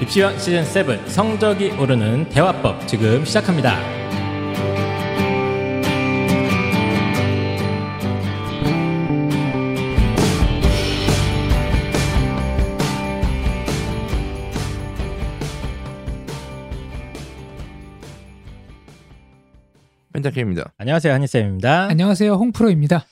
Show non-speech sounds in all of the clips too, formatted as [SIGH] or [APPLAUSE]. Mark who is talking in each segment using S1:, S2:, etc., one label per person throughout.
S1: 입시원 시즌 7 성적이 오르는 대화법 지금 시작합니다.
S2: 펜타케입니다.
S1: 안녕하세요 한희쌤입니다.
S3: 어? 안녕하세요, 홍프로입니다.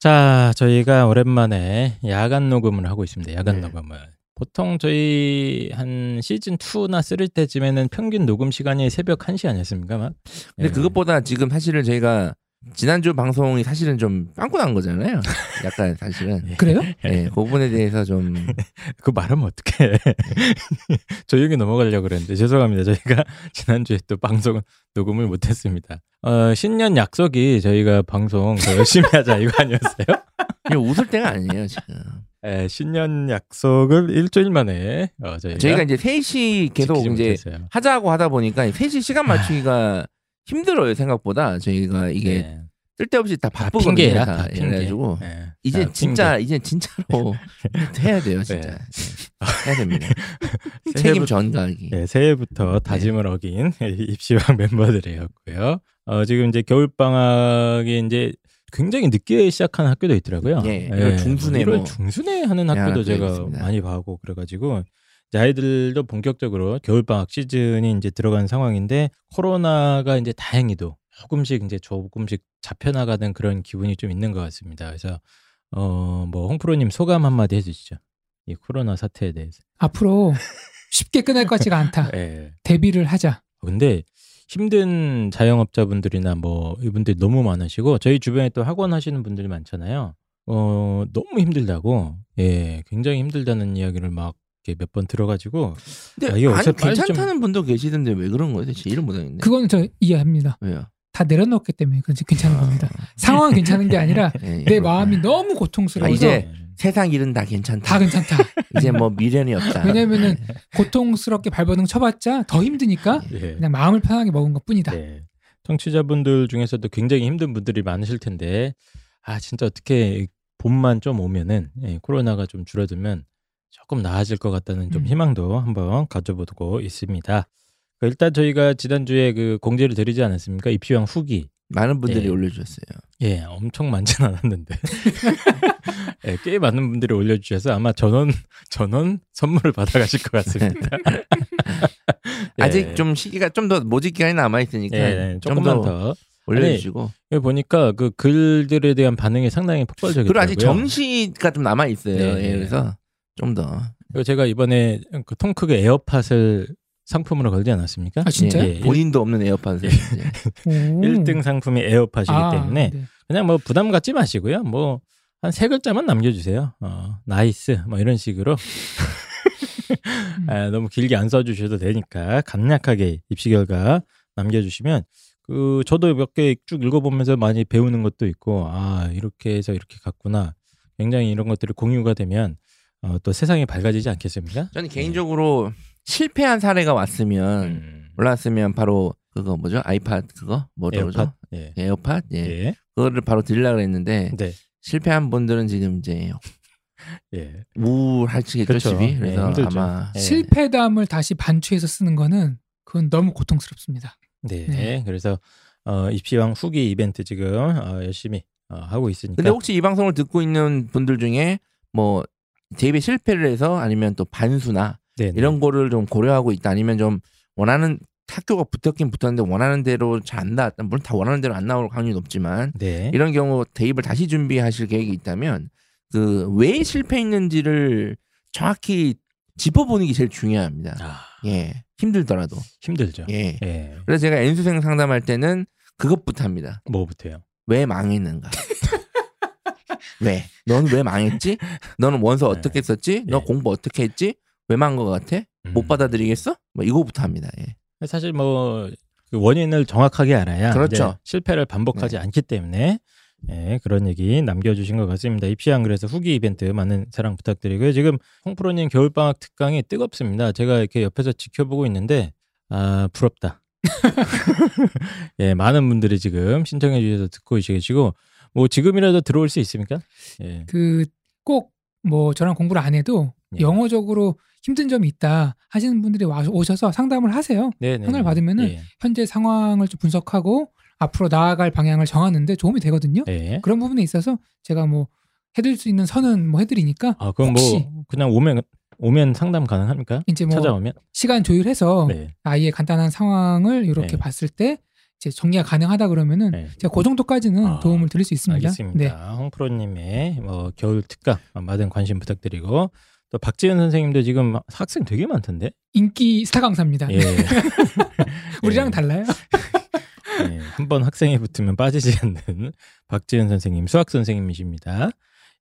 S1: 자 저희가 오랜만에 야간 녹음을 하고 있습니다. 야간
S2: 네.
S1: 녹음을 보통 저희 한 시즌 2나 3 때쯤에는 평균 녹음 시간이 새벽 1시 아니었습니까? 막?
S2: 근데
S1: 예.
S2: 그것보다 지금 사실은 저희가 지난주 방송이 사실은 좀 빵꾸난 거잖아요. 약간
S1: [LAUGHS]
S2: 사실은.
S1: 네.
S3: 그래요?
S2: 예, 그 부분에 대해서 좀
S1: 그 말하면 어떡해. [LAUGHS] 조용히 넘어가려고 그랬는데 죄송합니다. 저희가 [LAUGHS] 지난주에 또 방송 녹음을 못했습니다. 어, 신년 약속이 저희가 방송 더 열심히 하자 이거 아니었어요?
S2: 이거 웃을 때가 아니에요 지금.
S1: 예, 신년 약속을 일주일 만에 어, 저희가,
S2: 저희가 이제 3시 계속
S1: 지키지
S2: 이제
S1: 못했어요.
S2: 하자고 하다 보니까 3시
S1: [LAUGHS]
S2: 시간 맞추기가 힘들어요 생각보다 저희가 이게
S1: 예.
S2: 쓸데없이 다
S1: 다
S2: 바쁘거든요.
S1: 핑계야,
S2: 다.
S1: 다 핑계.
S2: 그래가지고
S1: 예.
S2: 이제
S1: 다
S2: 진짜 이제 진짜로 [LAUGHS] 해야 돼요 진짜 예.
S1: 네.
S2: 해야
S1: [LAUGHS]
S2: 됩니다.
S1: 핑계.
S2: 책임
S1: 새해부터-
S2: 전가하기.
S1: 네, 새해부터 다짐을 어긴 [LAUGHS] 입시왕 멤버들이었고요. 어, 지금 이제 겨울 방학이 이제 굉장히 늦게 시작한 학교도 있더라고요.
S2: 예, 일월 중순에
S1: 월
S2: 뭐
S1: 중순에 하는
S2: 다양한
S1: 학교도
S2: 학교가
S1: 제가
S2: 있습니다.
S1: 많이 봐고 그래가지고 이제 아이들도 본격적으로 겨울 방학 시즌이 이제 들어간 상황인데 코로나가 이제 다행히도 조금씩 이제 조금씩 잡혀나가는 그런 기분이 좀 있는 것 같습니다. 그래서 어뭐 홍프로님 소감 한마디 해주시죠. 이 코로나 사태에 대해서.
S3: 앞으로 쉽게 끝날 것 같지가 않다.
S1: 예.
S3: 데뷔를 하자.
S1: 근데 힘든 자영업자분들이나 뭐 이분들 너무 많으시고 저희 주변에 또 학원 하시는 분들이 많잖아요. 어 너무 힘들다고 예 굉장히 힘들다는 이야기를 막 몇 번 들어가지고 아,
S2: 근데
S1: 이거
S2: 안
S1: 어차피 빨리 좀-
S2: 괜찮다는 분도 계시던데 왜 그런 거예요? 대체 이름 못하겠네.
S3: 그거는 저 이해합니다.
S2: 왜요?
S3: 다 내려놓기 때문에 그런지 괜찮은
S2: 아,
S3: 겁니다. 상황은 괜찮은 게 아니라
S2: 예,
S1: 네,
S2: 예.
S3: 내 마음이 너무
S2: 아,
S3: 고통스러워서
S2: 이제 세상 일은 다 괜찮다.
S3: 다 괜찮다.
S2: 이제 뭐 미련이 없다.
S3: 왜냐면은
S1: 네.
S3: 고통스럽게 발버둥 쳐봤자 더 힘드니까
S1: 예.
S3: 그냥 마음을 편하게 먹은 것 뿐이다.
S1: 네. 청취자분들 중에서도 굉장히 힘든 분들이 많으실 텐데 아 진짜 어떻게 봄만 좀 오면은 예, 코로나가 좀 줄어들면 조금 나아질 것 같다는 좀
S3: 음.
S1: 희망도 한번 가져보고 있습니다. 그 일단 저희가 지난주에 그 공지를 드리지 않았습니까? 입시왕 후기.
S2: 많은 분들이
S1: 예.
S2: 올려주셨어요.
S1: 예, 엄청 많진
S2: [LAUGHS]
S1: 않았는데. 예, 꽤 많은 분들이 올려주셔서 아마 전원, 전원 선물을 받아가실 것 같습니다. 예.
S2: 네. 아직 좀 시기가 좀 더 모집 기간이 남아 있으니까
S1: 예,
S2: 좀
S1: 조금만
S2: 더
S1: 더
S2: 올려주시고
S1: 여기 보니까 그 글들에 대한 반응이 상당히 폭발적이더라고요.
S2: 그리고 아직 점시가 좀 남아 있어요.
S1: 네, 네.
S2: 예, 그래서 좀 더.
S1: 그리고 제가 이번에 그 통크의 에어팟을 상품으로 걸지 않았습니까?
S3: 아 진짜요?
S1: 예.
S2: 본인도 없는 에어팟을 이제
S3: 오.
S1: 1등 상품이 에어팟이기
S3: 아,
S1: 때문에
S3: 네.
S1: 그냥 뭐 부담 갖지 마시고요. 뭐 한 세 글자만 남겨주세요. 어, 나이스 뭐 이런 식으로 아, 너무 길게 안 써주셔도 되니까 간략하게 입시 결과 남겨주시면 그 저도 몇 개 쭉 읽어보면서 많이 배우는 것도 있고 아 이렇게 해서 이렇게 갔구나. 굉장히 이런 것들이 공유가 되면 어, 또 세상이 밝아지지 않겠습니까?
S2: 저는 개인적으로 실패한 사례가 왔으면
S1: 예. 음,
S2: 올라왔으면 바로 그거 뭐죠? 아이팟 그거 뭐라고
S1: 에어팟
S2: 그러죠?
S1: 예.
S2: 에어팟 예.
S1: 예.
S2: 그거를 바로 드리려고 했는데
S1: 네.
S2: 실패한 분들은 지금 이제
S1: 예.
S2: 우울하시겠죠
S1: 그렇죠.
S2: 집이
S1: 예,
S2: 그래서
S1: 힘들죠.
S2: 아마
S1: 예.
S3: 실패담을 다시 반추해서 쓰는 거는 그건 너무 고통스럽습니다.
S1: 네.
S3: 네.
S1: 그래서 어, 입시왕 후기 이벤트 지금 어, 열심히 어, 하고 있으니까.
S2: 근데 혹시 이 방송을 듣고 있는 분들 중에 뭐 대입에 실패를 해서 아니면 또 반수나
S1: 네네.
S2: 이런 거를 좀 고려하고 있다 아니면 좀 원하는 학교가 붙었긴 붙었는데 원하는 대로 잘 안 나왔다 물론 다 원하는 대로 안 나올 확률이 높지만
S1: 네.
S2: 이런 경우 대입을 다시 준비하실 계획이 있다면 그 왜 실패했는지를 정확히 짚어보는 게 제일 중요합니다.
S1: 아,
S2: 예 힘들더라도
S1: 힘들죠. 예.
S2: 예 그래서 제가 N수생 상담할 때는 그것부터 합니다.
S1: 뭐부터요?
S2: 왜 망했는가? 왜? 넌 왜 망했지? 너는 원서 어떻게 썼지? 너
S1: 예.
S2: 공부 어떻게 했지? 왜 망한 것 같아? 못
S1: 음.
S2: 받아들이겠어? 뭐 이거부터 합니다. 예.
S1: 사실 뭐그 원인을 정확하게 알아야
S2: 그렇죠. 네.
S1: 이제 실패를 반복하지 않기 때문에 예, 그런 얘기 남겨주신 것 같습니다. 입시왕 그래서 후기 이벤트 많은 사랑 부탁드리고요. 지금 홍프로님 겨울방학 특강이 뜨겁습니다. 제가 이렇게 옆에서 지켜보고 있는데 아 부럽다. [LAUGHS] 예, 많은 분들이 지금 신청해 주셔서 듣고 계시고 뭐 지금이라도 들어올 수 있습니까? 예,
S3: 그 꼭 뭐 저랑 공부를 안 해도
S1: 예.
S3: 영어적으로 힘든 점이 있다 하시는 분들이 와 오셔서 상담을 하세요.
S1: 네네.
S3: 하나를 받으면은
S1: 예.
S3: 현재 상황을 좀 분석하고 앞으로 나아갈 방향을 정하는데 도움이 되거든요.
S1: 예.
S3: 그런 부분에 있어서 제가 뭐 해드릴 수 있는 선은 뭐 해드리니까
S1: 아 그럼
S3: 혹시-
S1: 뭐 그냥 오면 오면 상담 가능합니까?
S3: 이제 뭐 어.
S1: 찾아오면
S3: 시간 조율해서
S1: 네.
S3: 아이의 간단한 상황을 이렇게
S1: 네.
S3: 봤을 때 이제 정리가 가능하다 그러면은
S1: 네.
S3: 제가 그 정도까지는
S1: 아,
S3: 도움을 드릴 수 있습니다. 네.
S1: 알겠습니다. 홍프로님의 뭐 겨울 특강 많은 관심 부탁드리고 또 박지은 선생님도 지금 학생 되게 많던데.
S3: 인기 사강사입니다.
S1: 예.
S3: 네. [LAUGHS] 우리랑
S1: 예.
S3: 달라요.
S1: 예, 한번 학생에 붙으면 빠지지 않는 [LAUGHS] 박지은 선생님, 수학 선생님이십니다.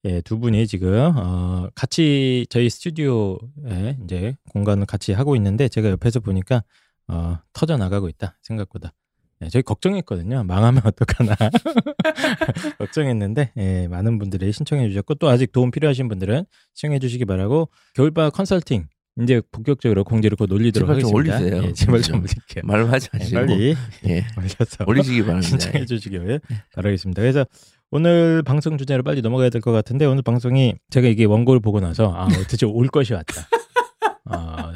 S1: 예, 두 분이 지금 어, 같이 저희 스튜디오에 이제 공간을 같이 하고 있는데 제가 옆에서 보니까 어, 터져 나가고 있다 생각보다. 예, 저희 걱정했거든요. 망하면 [LAUGHS] 어떡하나 걱정했는데 예, 많은 분들이 신청해 주셨고 또 아직 도움 필요하신 분들은 신청해 주시기 바라고 겨울방학 컨설팅 이제 본격적으로 공지를 곧 올리도록
S2: 제발 좀
S1: 하겠습니다.
S2: 올리세요.
S1: 예, 제발 좀 올릴게요.
S2: 말로 하지
S1: 예,
S2: 마시고
S1: 빨리 [LAUGHS]
S2: 예,
S1: 올려서
S2: 올리시기
S3: 네.
S1: [LAUGHS]
S2: 바랍니다. 예.
S1: 신청해 주시길 바라겠습니다. 그래서 오늘 방송 주제로 빨리 넘어가야 될 것 같은데 오늘 방송이 제가 이게 원고를 보고 나서
S3: [LAUGHS]
S1: 아 드디어 올 것이 왔다. 아,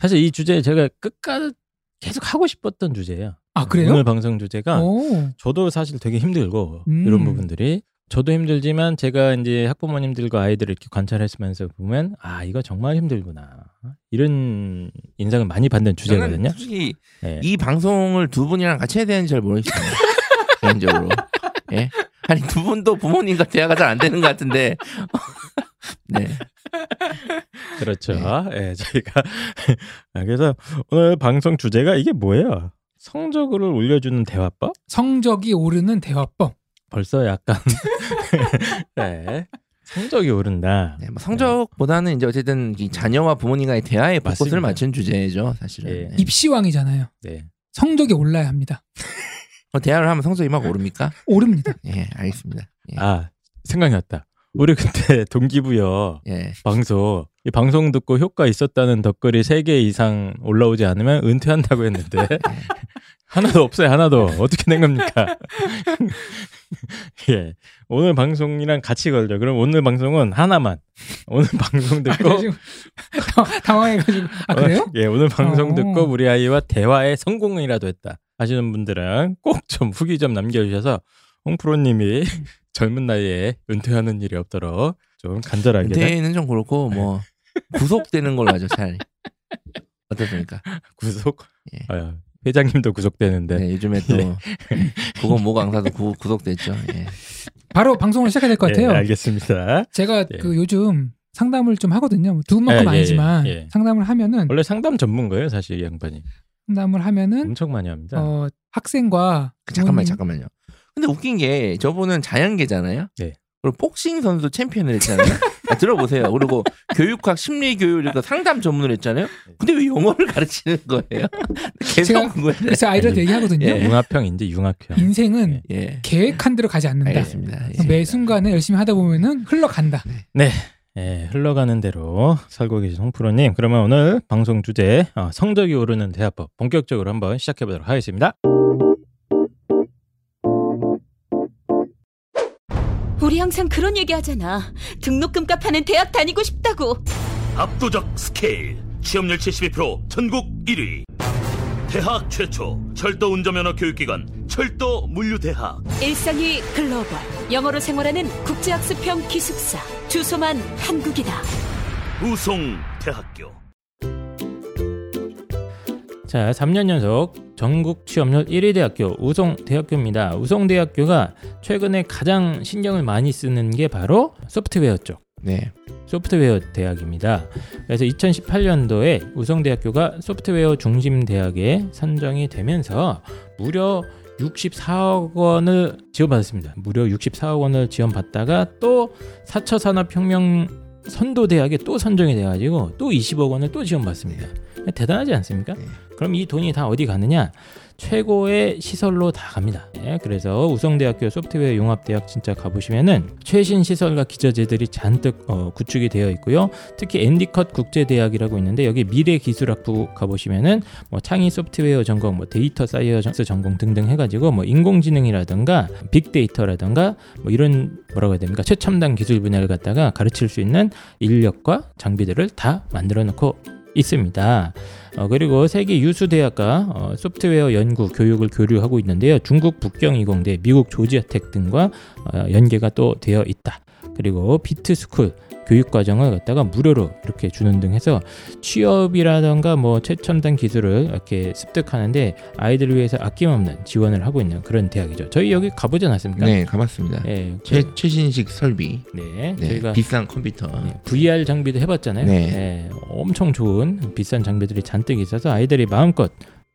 S1: 사실 이 주제 제가 끝까지 계속 하고 싶었던 주제예요.
S3: 아 그래요?
S1: 오늘 방송 주제가
S3: 오,
S1: 저도 사실 되게 힘들고
S3: 음.
S1: 이런 부분들이 저도 힘들지만 제가 이제 학부모님들과 아이들을 이렇게 관찰하면서 보면 아 이거 정말 힘들구나 이런 인상을 많이 받는
S2: 저는
S1: 주제거든요.
S2: 솔직히
S1: 예.
S2: 이 방송을 두 분이랑 같이 해야 되는지 잘 모르겠어요. [LAUGHS] 개인적으로. 예. 아니 두 분도 부모님과 대화가 잘 안 되는 것 같은데. [LAUGHS] 네.
S1: 그렇죠. 예, 저희가 [LAUGHS] 아, 그래서 오늘 방송 주제가 이게 뭐예요? 성적을 올려주는 대화법?
S3: 성적이 오르는 대화법.
S1: 벌써 약간 [LAUGHS] 네. 성적이 오른다.
S2: 네, 뭐 성적보다는 이제 어쨌든 이 자녀와 부모님과의 대화에
S1: 맞습니다.
S2: 포커스를 맞춘 주제죠, 사실은.
S1: 예.
S2: 네.
S3: 입시왕이잖아요.
S1: 네.
S3: 성적이 올라야 합니다.
S2: 어, 대화를 하면 성적이 막 오릅니까?
S3: 오릅니다.
S2: 예, 알겠습니다. 예.
S1: 아 생각났다. 우리 그때 동기부여
S2: 예.
S1: 방송 이 방송 듣고 효과 있었다는 덧글이 3개 이상 올라오지 않으면 은퇴한다고 했는데 [LAUGHS] 하나도 없어요 하나도 어떻게 된 겁니까 [LAUGHS] 예 오늘 방송이랑 같이 걸려 그럼 오늘 방송은 하나만 오늘 방송 듣고
S3: 아, 지금 [LAUGHS] 당황- 당황해가지고 아 그래요?
S1: 오늘- 예 오늘 방송
S3: 어.
S1: 듣고 우리 아이와 대화에 성공이라도 했다 하시는 분들은 꼭 좀 후기 좀 남겨주셔서 홍프로님이 [LAUGHS] 젊은 나이에 은퇴하는 일이 없도록 좀 간절하게
S3: 네.
S2: 은퇴는 좀 그렇고 뭐 구속되는 걸로 하죠, 차라리. 어떻습니까?
S1: 구속
S2: 예.
S1: 아, 회장님도 구속되는데
S2: 네, 요즘에 또 국어 모 강사도 구, 구속됐죠. 예.
S3: 바로 방송을 시작해야 될 것 같아요.
S1: 예, 알겠습니다.
S3: 제가
S1: 예.
S3: 그 요즘 상담을 좀 하거든요. 뭐 두 분만큼
S1: 예, 예,
S3: 아니지만
S1: 예, 예.
S3: 상담을 하면은
S1: 원래 상담 전문가예요, 사실 이 양반이.
S3: 상담을 하면은
S1: 엄청 많이 합니다.
S3: 음? 어, 학생과
S2: 그 잠깐만
S3: 부모님-
S2: 잠깐만요. 근데 웃긴 게 저분은 자연계잖아요.
S1: 네.
S2: 그리고 복싱 선수 챔피언을 했잖아요. 아, 들어보세요. 그리고 교육학 심리 교육 그러니까 상담 전문을 했잖아요. 근데 왜 영어를 가르치는 [LAUGHS] 거예요? 계속
S3: 제가-
S2: 그거예요.
S3: 그래서 아이들한테 얘기하거든요.
S2: 예.
S1: 융합형인데 융합형.
S3: 네. 인생은
S1: 예.
S2: 예.
S3: 계획한 대로 가지 않는다.
S2: 알겠습니다. 예.
S3: 매 순간에 열심히 하다 보면은 흘러간다.
S2: 네.
S1: 예, 흘러가는 대로 살고 계신 홍프로님. 그러면 오늘 방송 주제 어, 성적이 오르는 대화법 본격적으로 한번 시작해 보도록 하겠습니다.
S4: 우리 항상 그런 얘기 하잖아. 등록금 값하는 대학 다니고 싶다고.
S5: 압도적 스케일 취업률 72% 전국 1위 대학 최초 철도 운전면허 교육기관 철도 물류대학
S4: 일상이 글로벌. 영어로 생활하는 국제학습형 기숙사. 주소만 한국이다.
S5: 우송대학교
S1: 자, 3년 연속 전국 취업률 1위 대학교 우송대학교입니다. 우송대학교가 최근에 가장 신경을 많이 쓰는 게 바로 소프트웨어 쪽.
S2: 네.
S1: 소프트웨어 대학입니다. 그래서 2018년도에 우성대학교가 소프트웨어 중심 대학에 선정이 되면서 무려 64억 원을 지원받았습니다. 무려 64억 원을 지원받다가 또 4차 산업혁명 선도 대학에 또 선정이 돼가지고 또 20억 원을 또 지원받습니다. 대단하지 않습니까?
S2: 네.
S1: 그럼 이 돈이 다 어디 가느냐? 최고의 시설로 다 갑니다. 예, 그래서 우성대학교 소프트웨어 융합대학 진짜 가보시면은 최신 시설과 기저재들이 잔뜩 어, 구축이 되어 있고요. 특히 앤디컷 국제대학이라고 있는데 여기 미래 기술학부 가보시면은 뭐 창의 소프트웨어 전공, 뭐 데이터 사이언스 전공 등등 해가지고 뭐 인공지능이라든가 빅데이터라든가 뭐 이런 뭐라고 해야 됩니까 최첨단 기술 분야를 갖다가 가르칠 수 있는 인력과 장비들을 다 만들어 놓고 있습니다. 어, 그리고 세계 유수 대학과 어, 소프트웨어 연구 교육을 교류하고 있는데요. 중국 북경 이공대, 미국 조지아텍 등과 어, 연계가 또 되어 있다. 그리고 비트스쿨 교육 과정을 갖다가 무료로 이렇게 주는 등 해서 취업이라던가 뭐 최첨단 기술을 이렇게 습득하는데 아이들을 위해서 아낌없는 지원을 하고 있는 그런 대학이죠. 저희 여기 가보지 않았습니까?
S2: 네, 가봤습니다.
S1: 예,
S2: 최
S1: 그-
S2: 최신식 설비,
S1: 네,
S2: 네,
S1: 저희가
S2: 비싼 컴퓨터.
S1: 네, VR 장비도 해봤잖아요.
S2: 네.
S1: 예, 엄청 좋은 비싼 장비들이 잔뜩 있어서 아이들이 마음껏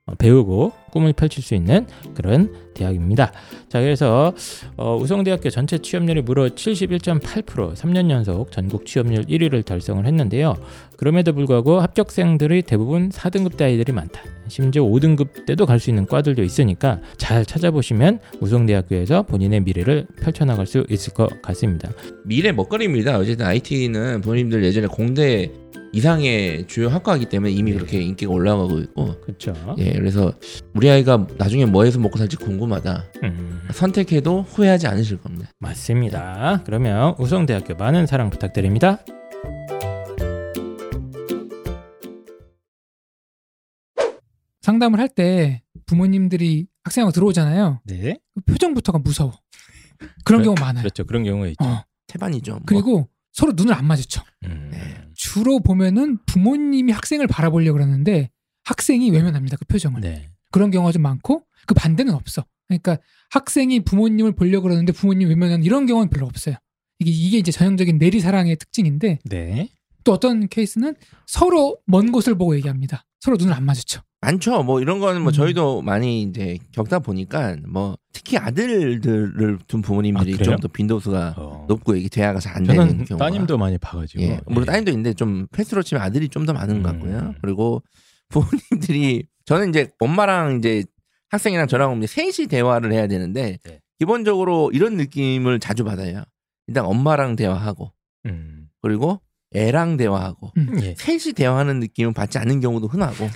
S1: 어, 배우고 꿈을 펼칠 수 있는 그런 대학입니다. 자, 그래서 어, 우성대학교 전체 취업률이 무려 71.8%, 3년 연속 전국 취업률 1위를 달성을 했는데요. 그럼에도 불구하고 합격생들이 대부분 4등급대 아이들이 많다. 심지어 5등급 때도 갈 수 있는 과들도 있으니까 잘 찾아보시면 우성대학교에서 본인의 미래를 펼쳐나갈 수 있을 것 같습니다.
S2: 미래 먹거리입니다. 어쨌든 IT는 부모님들 예전에 공대 이상의 주요 학과이기 때문에
S1: 네.
S2: 이미 그렇게 인기가 올라가고 있고,
S1: 그렇죠.
S2: 예, 그래서 우리 아이가 나중에 뭐 해서 먹고 살지 궁금하다.
S1: 음.
S2: 선택해도 후회하지 않으실 겁니다.
S1: 맞습니다. 그러면 우성대학교 많은 사랑 부탁드립니다.
S3: 상담을 할 때 부모님들이 학생하고 들어오잖아요.
S1: 네.
S3: 그 표정부터가 무서워. 그런
S1: 그래,
S3: 경우 많아요.
S1: 그렇죠. 그런 경우에 있죠.
S3: 어.
S2: 태반이죠. 뭐.
S3: 그리고 서로 눈을 안 마주쳐.
S1: 음.
S3: 주로 보면은 부모님이 학생을 바라보려고 그러는데 학생이 외면합니다. 그 표정을.
S1: 네.
S3: 그런 경우가 좀 많고 그 반대는 없어. 그러니까 학생이 부모님을 보려고 그러는데 부모님 외면하는 이런 경우는 별로 없어요. 이게 이게 이제 전형적인 내리 사랑의 특징인데
S1: 네.
S3: 또 어떤 케이스는 서로 먼 곳을 보고 얘기합니다. 서로 눈을 안 마주쳐.
S2: 많죠. 뭐 이런 거는 뭐
S3: 음.
S2: 저희도 많이 이제 겪다 보니까 뭐 특히 아들들을 둔 부모님들이
S1: 아,
S2: 좀
S1: 그래요?
S2: 더 빈도수가
S1: 어. 네.
S2: 높고 이게 대화가 잘 안 되는
S1: 저는
S2: 경우가.
S1: 따님도 많이 봐가지고.
S2: 예. 물론
S1: 네.
S2: 따님도 있는데 좀 패스로 치면 아들이 좀 더 많은 것 같고요.
S1: 음.
S2: 그리고 부모님들이 [LAUGHS] 저는 이제 엄마랑 이제 학생이랑 저랑 이제 셋이 대화를 해야 되는데
S1: 네.
S2: 기본적으로 이런 느낌을 자주 받아요. 일단 엄마랑 대화하고
S1: 음.
S2: 그리고 애랑
S3: 음.
S2: 대화하고
S1: 예.
S2: 셋이 대화하는 느낌은 받지 않는 경우도 흔하고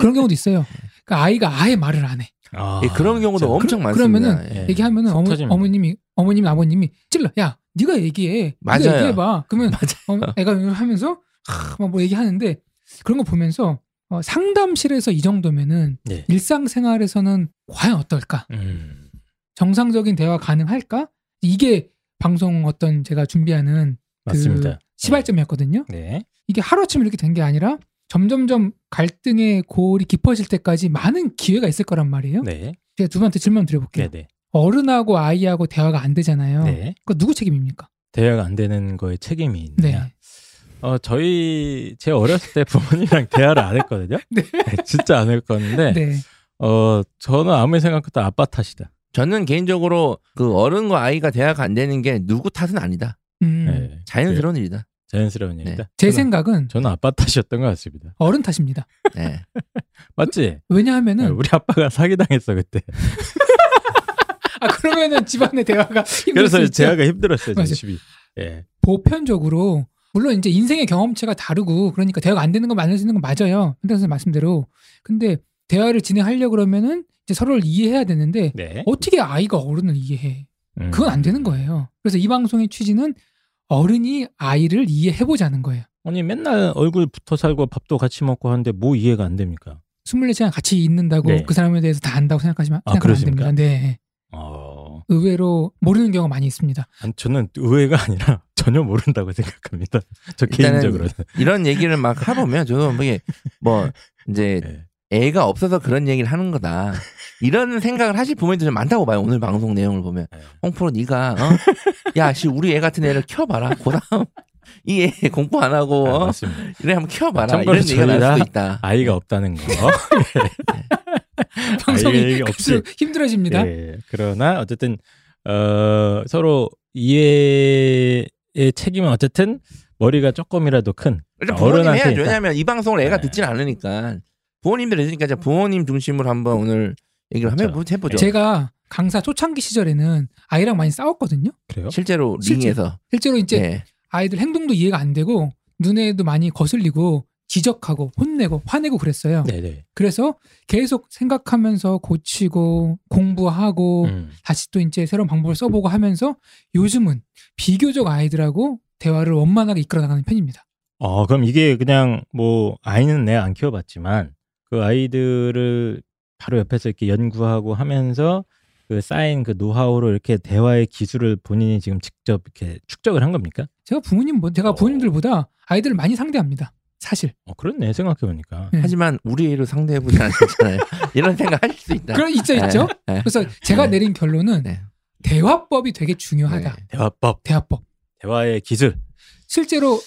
S3: 그런 경우도 있어요. 그러니까 아이가 아예 말을 안 해.
S1: 아,
S2: 예, 그런 경우도
S1: 진짜.
S2: 엄청
S3: 그러-
S2: 많습니다.
S3: 그러면은
S2: 예.
S1: 예.
S3: 얘기하면은
S1: 속
S3: 어머,
S1: 터집니다.
S3: 어머님이 어머님 아버님이 찔러. 야, 네가 얘기해.
S2: [LAUGHS] 맞아요.
S3: 네가 얘기해봐. 그러면 어, 애가 하면서 막뭐 얘기하는데 그런 거 보면서 어, 상담실에서 이 정도면은
S1: 네.
S3: 일상생활에서는 과연 어떨까?
S1: 음.
S3: 정상적인 대화 가능할까? 이게 방송 어떤 제가 준비하는 그
S1: 맞습니다.
S3: 시발점이었거든요.
S1: 네.
S3: 이게 하루아침 이렇게 된 게 아니라 점점점 갈등의 골이 깊어질 때까지 많은 기회가 있을 거란 말이에요.
S1: 네.
S3: 제가 두 분한테 질문 드려볼게요.
S1: 네. 네.
S3: 어른하고 아이하고 대화가 안 되잖아요.
S1: 네.
S3: 그거 누구 책임입니까?
S1: 대화가 안 되는 거에 책임이 있느냐.
S3: 네.
S1: 어, 저희 제 어렸을 때 부모님이랑 대화를 안 했거든요.
S3: 네.
S1: 진짜 안 했거든요.
S3: 네.
S1: 어, 저는 아무리 생각해도 아빠 탓이다.
S2: 저는 개인적으로 그 어른과 아이가 대화가 안 되는 게 누구 탓은 아니다.
S3: 음,
S1: 네.
S2: 자연스러운 일이다.
S1: 그 자연스러운 일이다.
S3: 제
S1: 저는-
S3: 생각은
S1: 저는 아빠 탓이었던 것 같습니다.
S3: 어른 탓입니다.
S2: 네.
S1: 맞지?
S3: 왜냐하면은
S1: 네, 우리 아빠가 사기당했어 그때.
S3: 아 그러면은 집안의 대화가 힘들 수
S1: 그래서
S3: 있죠.
S1: 제가 힘들었어요. 제
S3: 그렇죠. 맞아요.
S1: 집이. 예.
S3: 보편적으로 물론 이제 인생의 경험치가 다르고 그러니까 대화가 안 되는 건 만날 수 있는 건 맞아요. 현대 선생 말씀대로. 근데 대화를 진행하려고 그러면은 이제 서로를 이해해야 되는데
S1: 네. 음.
S3: 어떻게 아이가 어른을 이해해? 그건 안 되는 거예요. 그래서 이 방송의 취지는 어른이 아이를 이해해 보자는 거예요.
S1: 아니 맨날 얼굴 붙어 살고 밥도 같이 먹고 하는데 뭐 이해가 안 됩니까?
S3: 24시간 같이 있는다고
S1: 네.
S3: 그 사람에 대해서 다 안다고 생각하시면
S1: 아,
S3: 생각하면
S1: 그렇습니까?
S3: 안 됩니다. 네.
S1: 어,
S3: 의외로 모르는 경우가 많이 있습니다.
S1: 아니, 저는 의외가 아니라 [LAUGHS] 전혀 모른다고 생각합니다. 저
S2: 일단은
S1: 개인적으로는.
S2: 이런 얘기를 막 하보면 저도 이게 뭐 이제
S1: 예.
S2: 애가 없어서 그런 얘기를 하는 거다. 이런 생각을 하실 부모님들 좀 많다고 봐요. 오늘 방송 내용을 보면
S1: 네.
S2: 홍프로 네가 어? 야씨 우리 애 같은 애를 키워봐라. 그다음 이 애 공부 안 하고
S1: 아,
S2: 어?
S1: 맞습니다.
S2: 이래 한번 키워봐라.
S1: 참고로
S2: 이런 얘기가
S1: 저희가
S2: 날 수도 있다.
S1: 아이가 없다는 거.
S3: 방송이
S1: 아, 이게 없이-
S3: 갈수록 힘들어집니다.
S1: 예. 그러나 어쨌든 어, 서로 이해의 책임은 어쨌든 머리가 조금이라도 큰
S2: 일단 부모님
S1: 아, 어른한테
S2: 해야죠.
S1: 일단-
S2: 왜냐하면 이 방송을 애가
S1: 네.
S2: 듣진 않으니까 부모님들 있으니까 제가 부모님 중심으로 한번 오늘 얘기를 한번
S1: 그렇죠.
S2: 해보- 해보죠.
S3: 제가 강사 초창기 시절에는 아이랑 많이 싸웠거든요.
S1: 그래요?
S2: 실제로
S3: 실제-
S2: 링에서
S3: 실제로 이제
S2: 예.
S3: 아이들 행동도 이해가 안 되고 눈에도 많이 거슬리고 지적하고 혼내고 화내고 그랬어요.
S1: 네네.
S3: 그래서 계속 생각하면서 고치고 공부하고
S1: 음.
S3: 다시 또 이제 새로운 방법을 써보고 하면서 요즘은 비교적 아이들하고 대화를 원만하게 이끌어 나가는 편입니다.
S1: 어, 그럼 이게 그냥 뭐 아이는 내가 안 키워봤지만 그 아이들을 바로 옆에서 이렇게 연구하고 하면서 그 쌓인 그 노하우로 이렇게 대화의 기술을 본인이 지금 직접 이렇게 축적을 한 겁니까?
S3: 제가 부모님, 뭐- 제가
S1: 어.
S3: 부모님들보다 아이들을 많이 상대합니다. 사실.
S1: 어, 그렇네 생각해보니까.
S3: 네.
S2: 하지만 우리 애를 상대해보지
S1: [LAUGHS]
S2: 않았잖아요. 이런 생각 하실 수 있다. [LAUGHS]
S3: 그런 있죠, 있죠.
S2: 예, 예.
S3: 그래서 제가
S2: 네.
S3: 내린 결론은
S2: 네.
S3: 대화법이 되게 중요하다.
S2: 네.
S1: 대화법,
S3: 대화법.
S1: 대화의 기술.
S3: 실제로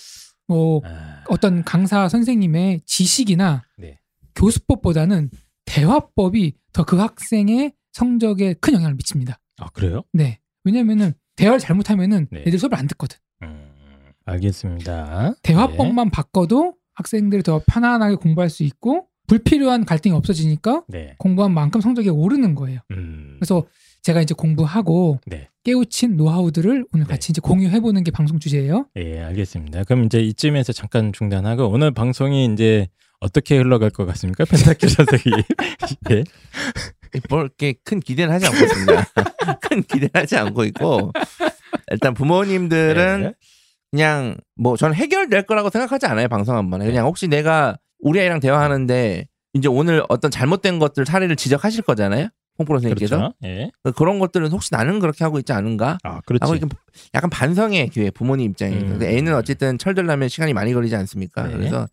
S3: 뭐
S1: 아,
S3: 어떤 강사 선생님의 지식이나
S1: 네.
S3: 교수법보다는 대화법이 더 그 학생의 성적에 큰 영향을 미칩니다.
S1: 아, 그래요?
S3: 네. 왜냐면은 대화를 잘못하면은
S1: 네.
S3: 애들 수업을 안 듣거든.
S1: 음, 알겠습니다.
S3: 대화법만
S1: 네.
S3: 바꿔도 학생들이 더 편안하게 공부할 수 있고 불필요한 갈등이 없어지니까
S1: 네. 네.
S3: 공부한 만큼 성적이 오르는 거예요.
S1: 음,
S3: 그래서 제가 이제 공부하고
S1: 네.
S3: 깨우친 노하우들을 오늘
S1: 네.
S3: 같이 이제 공유해보는 게 방송 주제예요.
S1: 예, 알겠습니다. 그럼 이제 이쯤에서 잠깐 중단하고 오늘 방송이 이제 어떻게 흘러갈 것 같습니까? [LAUGHS] 펜타킬 선생님. 예.
S2: 뭘 네. 이렇게 큰 기대는 하지
S1: [LAUGHS]
S2: 않고 있습니다. 큰 기대는 하지 않고 있고 일단 부모님들은
S1: 네.
S2: 그냥 뭐 저는 해결될 거라고 생각하지 않아요 방송 한
S1: 네.
S2: 번에 그냥 혹시 내가 우리 아이랑 대화하는데 이제 오늘 어떤 잘못된 것들 사례를 지적하실 거잖아요 홍프로 선생님께서
S1: 그렇죠. 예.
S2: 그런 것들은 혹시 나는 그렇게 하고 있지 않은가
S1: 아, 그렇지.
S2: 하고 이렇게 약간 반성의 기회 부모님 입장에서
S1: 음.
S2: 근데 애는 어쨌든 철들려면 시간이 많이 걸리지 않습니까
S1: 네.
S2: 그래서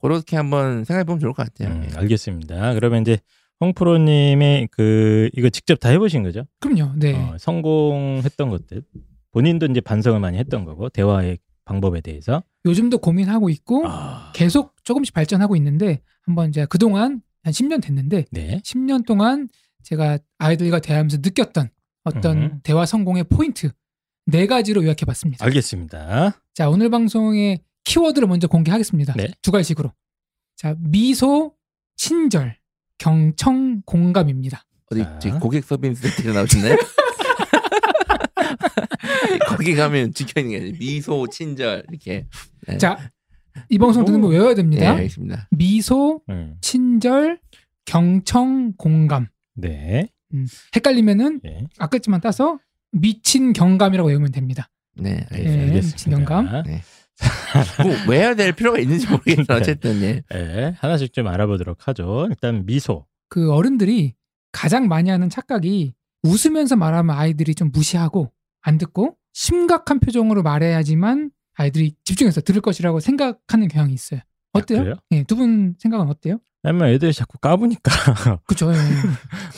S2: 그렇게 한번 생각해 보면 좋을 것 같아요
S1: 음,
S2: 예.
S1: 알겠습니다. 그러면 이제 홍프로님의 그 이거 직접 다 해보신 거죠?
S3: 그럼요. 네.
S1: 어, 성공했던 것들 본인도 이제 반성을 많이 했던 거고 대화의 방법에 대해서
S3: 요즘도 고민하고 있고
S1: 아,
S3: 계속 조금씩 발전하고 있는데 한번 제가 그동안 한 10년 됐는데
S1: 네,
S3: 10년 동안 제가 아이들과 대화하면서 느꼈던 어떤
S1: 음. 아.
S3: 대화 성공의 포인트 네 가지로 요약해 봤습니다.
S1: 알겠습니다.
S3: 자, 오늘 방송의 키워드를 먼저 공개하겠습니다.
S1: 네.
S3: 두 가지식으로. 자, 미소, 친절, 경청, 공감입니다.
S2: 어디
S1: 자.
S2: 저기 고객 서비스 센터에 나오셨나요? [LAUGHS] 거기 가면 찍혀 있는 게 아니라 미소 친절 이렇게. 네.
S3: 자, 이 방송 듣는 거 외워야
S2: 네,
S3: 됩니다.
S2: 알겠습니다.
S3: 미소,
S1: 음,
S3: 친절, 경청, 공감.
S1: 네,
S3: 헷갈리면은
S2: 네.
S1: 예,
S3: 아까지만 따서 미친 경감이라고 외우면 됩니다.
S2: 네,
S1: 예,
S2: 알겠습니다.
S1: 알겠습니다.
S3: 진정감.
S2: 네. 뭐 외워야 될 필요가 있는지 모르겠어. 어쨌든 예.
S1: 예, 하나씩 좀 알아보도록 하죠. 일단 미소.
S3: 그 어른들이 가장 많이 하는 착각이 웃으면서 말하면 아이들이 좀 무시하고 안 듣고 심각한 표정으로 말해야지만 아이들이 집중해서 들을 것이라고 생각하는 경향이 있어요.
S1: 아,
S3: 어때요?
S1: 그래요?
S3: 예, 두 분 생각은 어때요?
S1: 왜냐면 애들이 자꾸 까부니까 [LAUGHS]
S3: 그죠. 예.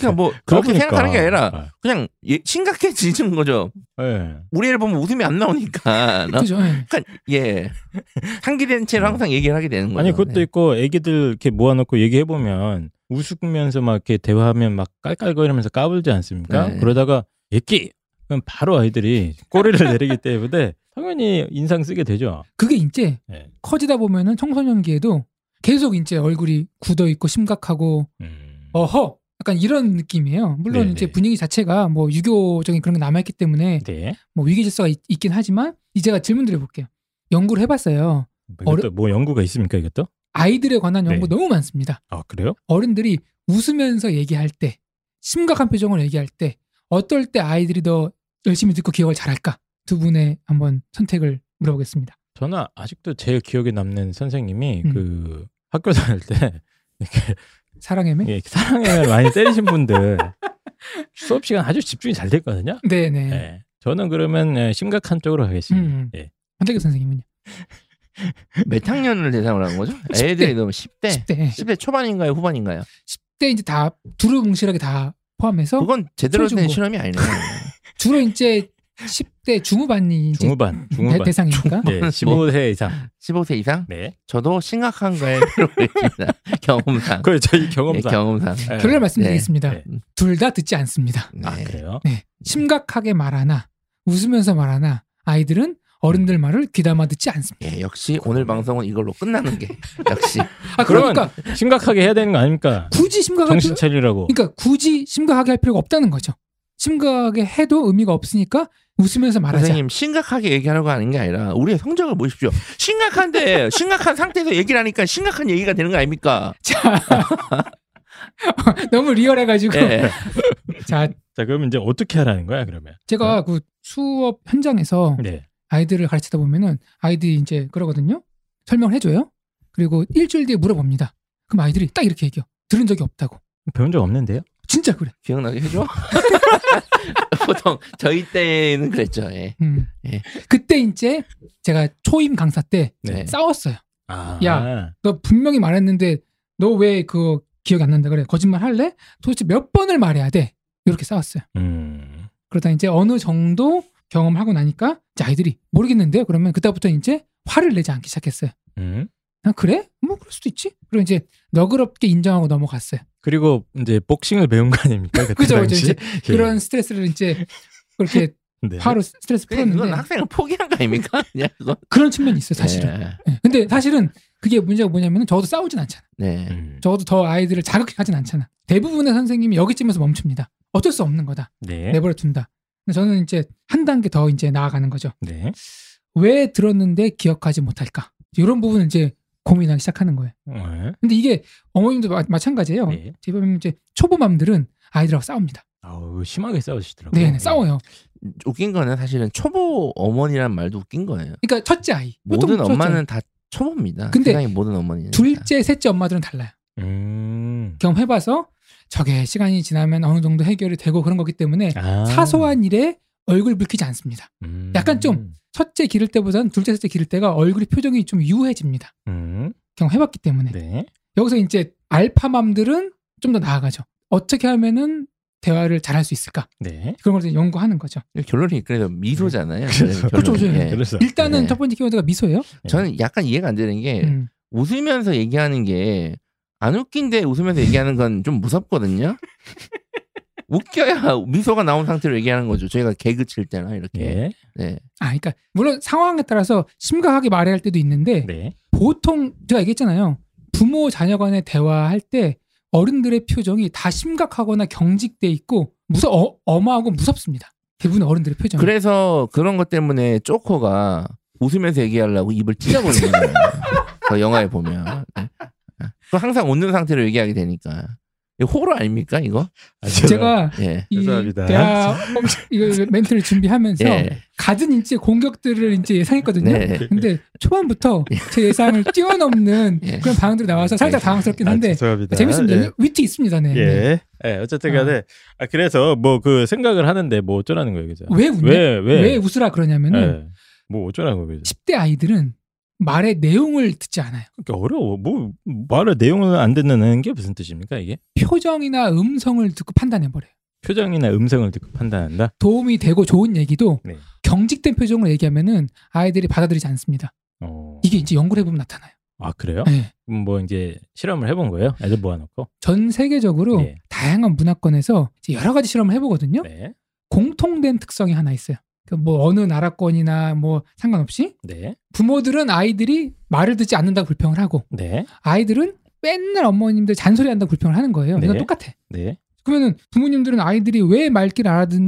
S2: 그냥 뭐 그렇게
S1: 까부니까.
S2: 생각하는 게 아니라 그냥 예, 심각해지는 거죠.
S1: 아, 예.
S2: 우리 애를 보면 웃음이 안 나오니까. 나-
S3: 그죠. 예.
S2: 약간 예. 상기된 채로 항상 얘기를 하게 되는 거죠.
S1: 아니 그것도
S2: 네.
S1: 있고 애기들 이렇게 모아놓고 얘기해 보면 웃으면서 막 이렇게 대화하면 막 깔깔거리면서 까불지 않습니까?
S2: 네.
S1: 그러다가 얘끼 그럼 바로 아이들이 [LAUGHS] 꼬리를 내리기 때문에 당연히 인상 쓰게 되죠.
S3: 그게 이제
S1: 예.
S3: 커지다 보면은 청소년기에도 계속 이제 얼굴이 굳어 있고 심각하고
S1: 음.
S3: 어허 약간 이런 느낌이에요. 물론
S1: 네,
S3: 이제
S1: 네.
S3: 분위기 자체가 뭐 유교적인 그런 게 남아있기 때문에
S1: 네.
S3: 뭐 위기 질서가 있, 긴 하지만 이제가 질문 드려볼게요. 연구를 해봤어요.
S1: 뭐 이것도 뭐 연구가 있습니까 이것도?
S3: 아이들에 관한 연구
S1: 네.
S3: 너무 많습니다.
S1: 아 그래요?
S3: 어른들이 웃으면서 얘기할 때, 심각한 표정을 얘기할 때, 어떨 때 아이들이 더 열심히 듣고 기억을 잘할까? 두 분의 한번 선택을 물어보겠습니다.
S1: 저는 아직도 제일 기억에 남는 선생님이
S3: 음.
S1: 그 학교 다닐 때 [LAUGHS] 이렇게
S3: 사랑의 매?
S1: 예, 사랑을 많이 때리신 분들 수업 시간 아주 집중이 잘 됐거든요.
S3: 네, 네.
S1: 예. 저는 그러면 예, 심각한 쪽으로 가겠습니다.
S3: 음, 음.
S1: 예.
S3: 한태규 선생님은요?
S2: 몇 학년을 대상으로 한 거죠?
S3: 10대.
S2: 애들이 너무 10대.
S3: 10대. 예.
S2: 10대 초반인가요, 후반인가요?
S3: 10대 이제 다 두루뭉실하게 다 포함해서
S2: 그건 제대로 된
S3: 초중고.
S2: 실험이 아니네요.
S3: 주로 이제 10대 중후반이 이제 뭐.
S1: 중후반,
S3: 대-
S1: 중후반.
S3: 대상이니까.
S1: 예, 15세 이상.
S2: 15세 이상?
S1: 네.
S2: 저도 심각한 거에 필요가 있습니다. [LAUGHS] 경험상.
S1: 그 저희
S2: 예,
S1: 경험상.
S2: 경험상.
S1: 예.
S3: 결론을 말씀드리겠습니다.
S1: 네.
S3: 둘 다 듣지 않습니다.
S2: 네.
S1: 아 그래요?
S3: 네, 심각하게 말하나 웃으면서 말하나 아이들은 어른들 말을 귀담아 듣지 않습니다.
S2: 예, 역시 오늘 방송은 이걸로 끝나는 [LAUGHS] 게 역시
S3: 아
S1: 그러면-
S3: 그러니까
S1: 심각하게 해야 되는 거 아닙니까?
S3: 굳이 심각할 필요
S1: 정신 차리라고.
S3: 그러니까 굳이 심각하게 할 필요가 없다는 거죠. 심각하게 해도 의미가 없으니까 웃으면서 말하자.
S2: 선생님 심각하게 얘기하려고 하는 게 아니라 우리의 성적을 보십시오. [LAUGHS] 심각한데 심각한 상태에서 얘기를 하니까 심각한 얘기가 되는 거 아닙니까?
S3: [LAUGHS] 너무 리얼해가지고
S2: 예.
S3: 자
S1: 자, 그럼 이제 어떻게 하라는 거야, 그러면?
S3: 제가 그 수업 현장에서
S1: 네.
S3: 아이들을 가르치다 보면은 아이들이 이제 그러거든요. 설명을 해줘요. 그리고 일주일 뒤에 물어봅니다. 그럼 아이들이 딱 이렇게 얘기해요. 들은 적이 없다고.
S1: 배운 적 없는데요?
S3: 진짜 그래.
S2: 기억나게 해줘. [LAUGHS] 보통 저희 때는 그랬죠. 예.
S3: 음.
S2: 예.
S3: 그때 이제 제가 초임 강사 때
S2: 네.
S3: 싸웠어요.
S1: 아.
S3: 야. 너 분명히 말했는데 너 왜 그 기억이 안 난다 그래? 거짓말 할래? 도대체 몇 번을 말해야 돼? 이렇게 싸웠어요.
S1: 음.
S3: 그러다 이제 어느 정도 경험하고 나니까 이제 아이들이 모르겠는데요. 그러면 그때부터 이제 화를 내지 않기 시작했어요.
S1: 음.
S3: 아, 그래? 뭐 그럴 수도 있지. 그리고 이제 너그럽게 인정하고 넘어갔어요. [LAUGHS]
S1: 그리고 이제 복싱을 배운 거 아닙니까? 그때
S3: 그죠, 그죠.
S1: 당시?
S3: 이제
S1: 예.
S3: 그런 스트레스를 이제 그렇게
S1: 네.
S3: 화로 스트레스
S2: 예. 그냥 그건
S3: 풀었는데
S2: 학생을 포기한 거 아닙니까? 그냥 그건.
S3: 그런 측면이 있어요, 사실은.
S2: 예.
S3: 예. 근데 사실은 그게 문제가 뭐냐면 저도 싸우진 않잖아.
S2: 네.
S1: 음.
S3: 저도 더 아이들을 자극하진 않잖아. 대부분의 선생님이 여기쯤에서 멈춥니다. 어쩔 수 없는 거다.
S2: 예?
S1: 네.
S3: 내버려 둔다. 근데 저는 이제 한 단계 더 이제 나아가는 거죠.
S1: 네.
S3: 왜 들었는데 기억하지 못할까? 이런 부분을 이제 고민하기 시작하는 거예요.
S1: 네.
S3: 근데 이게 어머님도 마, 찬가지예요
S1: 네.
S3: 제보면 이제 초보맘들은 아이들하고 싸웁니다.
S1: 아우, 심하게 싸우시더라고요.
S3: 네,
S1: 예.
S3: 네, 싸워요.
S2: 웃긴 거는 사실은 초보 어머니란 말도 웃긴 거예요.
S3: 그러니까 첫째 아이. 보통
S2: 모든
S3: 첫째 아이.
S2: 엄마는 다 초보입니다.
S3: 근데
S2: 세상의 모든 어머니는
S3: 둘째, 셋째 엄마들은 달라요.
S1: 음.
S3: 경험해봐서 저게 시간이 지나면 어느 정도 해결이 되고 그런 거기 때문에
S1: 아.
S3: 사소한 일에 얼굴 붉히지 않습니다.
S1: 음.
S3: 약간 좀- 첫째 기를 때보다는 둘째, 셋째 기를 때가 얼굴이 표정이 좀 유해집니다.
S1: 음.
S3: 경험해봤기 때문에.
S1: 네.
S3: 여기서 이제 알파맘들은 좀 더 나아가죠. 어떻게 하면은 대화를 잘할 수 있을까?
S1: 네.
S3: 그런 걸 이제 연구하는 거죠.
S2: 결론이 그래도 미소잖아요.
S1: 그래서-
S2: 결론이.
S3: 그렇죠. 그쵸, 그쵸.
S2: 예.
S1: 그래서
S3: 일단은
S2: 네. 예.
S3: 첫 번째 키워드가 미소예요.
S2: 저는 약간 이해가 안 되는 게
S3: 음.
S2: 웃으면서 얘기하는 게 안 웃긴데 웃으면서 얘기하는 건 좀
S3: [LAUGHS]
S2: 무섭거든요. 웃겨야 미소가 나온 상태로 얘기하는 거죠. 저희가 개그 칠 때나 이렇게.
S1: 예.
S2: 네.
S3: 아, 그러니까 물론 상황에 따라서 심각하게 말해야 할 때도 있는데
S1: 네.
S3: 보통 제가 얘기했잖아요. 부모 자녀 간의 대화할 때 어른들의 표정이 다 심각하거나 경직돼 있고 무서 어, 엄하고 무섭습니다. 대부분 어른들의 표정.
S2: 그래서 그런 것 때문에 쪼코가 웃으면서 얘기하려고 입을 찢어버리는
S3: [LAUGHS]
S2: 거예요. 그 영화에 보면. 네. 또 항상 웃는 상태로 얘기하게 되니까. 이거 호러 아닙니까 이거?
S1: 아,
S3: 제가
S2: 예.
S3: 이
S1: 죄송합니다. [LAUGHS]
S3: 대화 이거 멘트를 준비하면서
S2: 예.
S3: 가든 인지의 공격들을 이제 예상했거든요.
S2: 네.
S3: 근데 초반부터 제 예상을 뛰어넘는
S2: 예.
S3: 그런 반응들이 나와서 살짝 당황스럽긴 한데
S1: 아, 죄송합니다.
S3: 재밌습니다.
S1: 예.
S3: 위트 있습니다. 네. 네.
S1: 예. 예, 어쨌든 간에 아, 그래서 뭐 그 생각을 하는데 뭐 어쩌라는 거예요, 그죠?
S3: 왜 웃냐? 왜,
S1: 왜 왜?
S3: 웃으라 그러냐면은
S1: 예. 뭐 어쩌라는 거예요, 그죠?
S3: 10대 아이들은 말의 내용을 듣지 않아요.
S1: 그러니까 어려워. 뭐 말의 내용을 안 듣는 게 무슨 뜻입니까, 이게?
S3: 표정이나 음성을 듣고 판단해 버려요.
S1: 표정이나 음성을 듣고 판단한다.
S3: 도움이 되고 좋은 얘기도
S1: 네.
S3: 경직된 표정으로 얘기하면은 아이들이 받아들이지 않습니다.
S1: 어.
S3: 이게 이제 연구를 해보면 나타나요.
S1: 아, 그래요?
S3: 네.
S1: 그럼 뭐 이제 실험을 해본 거예요? 애들 모아 놓고.
S3: 전 세계적으로
S1: 예.
S3: 다양한 문화권에서 이제 여러 가지 실험을 해보거든요.
S1: 네.
S3: 공통된 특성이 하나 있어요. 그뭐 어느 나라권이나 뭐 상관없이
S1: 네.
S3: 부모들은 아이들이 말을 듣지 않는다고 불평을 하고
S1: 네.
S3: 아이들은 맨날 어머님들 잔소리 한다고 불평을 하는 거예요. 이건
S1: 네.
S3: 똑같아.
S1: 네.
S3: 그러면은 부모님들은 아이들이 왜 말귀를 알아듣,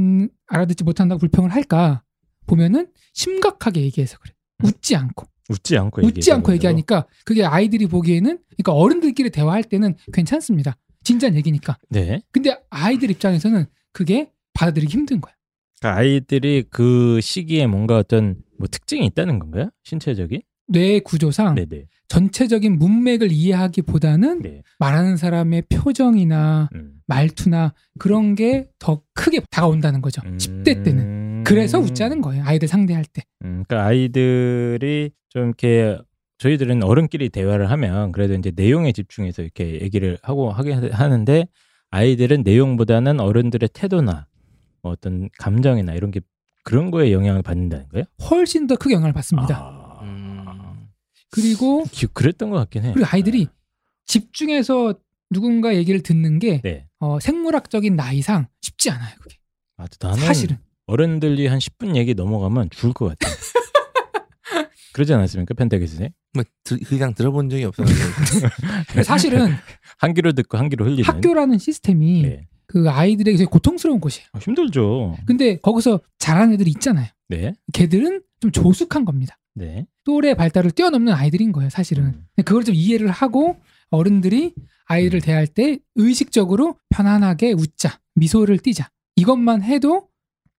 S3: 알아듣지 못한다고 불평을 할까? 보면은 심각하게 얘기해서 그래. 웃지 않고
S1: 웃지 않고
S3: 웃지 않고
S1: 음. 그 얘기하는
S3: 얘기하니까 그게 아이들이 보기에는 그러니까 어른들끼리 대화할 때는 괜찮습니다. 진지한 얘기니까.
S1: 거죠? 네.
S3: 근데 아이들 입장에서는 그게 받아들이기 힘든 거야.
S1: 그러니까 아이들이 그 시기에 뭔가 어떤 뭐 특징이 있다는 건가요? 신체적인?
S3: 뇌 구조상
S1: 네, 네.
S3: 전체적인 문맥을 이해하기보다는
S1: 네.
S3: 말하는 사람의 표정이나
S1: 음.
S3: 말투나 그런 게 더 크게 다가온다는 거죠. 10대 때는. 그래서 웃지 않은 거예요. 아이들 상대할 때.
S1: 음, 그러니까 아이들이 좀 이렇게 저희들은 어른끼리 대화를 하면 그래도 이제 내용에 집중해서 이렇게 얘기를 하고 하게 하- 하는데 아이들은 내용보다는 어른들의 태도나 뭐 어떤 감정이나 이런 게 그런 거에 영향을 받는다는 거예요?
S3: 훨씬 더 크게 영향을 받습니다.
S1: 아,
S2: 음.
S3: 그리고
S1: 기- 그랬던 것 같긴 해요.
S3: 어? 그리고 아이들이 집중해서 누군가 얘기를 듣는 게
S1: 네.
S3: 어, 생물학적인 나이상 쉽지 않아요. 그게
S1: 아, 나는
S3: 사실은 [LAUGHS]
S1: 어른들이 한 10분 얘기 넘어가면 죽을 것 같아. 그러지 않았습니까? 펜타기스에
S2: 뭐그 이상 들어본 적이
S1: [LAUGHS]
S2: 없어가지고
S3: 사실은
S1: 한 귀로 듣고 한 귀로 흘리는.
S3: 학교라는 시스템이
S1: 네.
S3: 그 아이들에게 되게 고통스러운 곳이에요.
S1: 아, 힘들죠.
S3: 근데 거기서 잘하는 애들이 있잖아요.
S1: 네.
S3: 걔들은 좀 조숙한 겁니다.
S1: 네.
S3: 또래 발달을 뛰어넘는 아이들인 거예요, 사실은.
S1: 음.
S3: 근데 그걸 좀 이해를 하고 어른들이 아이를 대할 때 의식적으로 편안하게 웃자, 미소를 띠자. 이것만 해도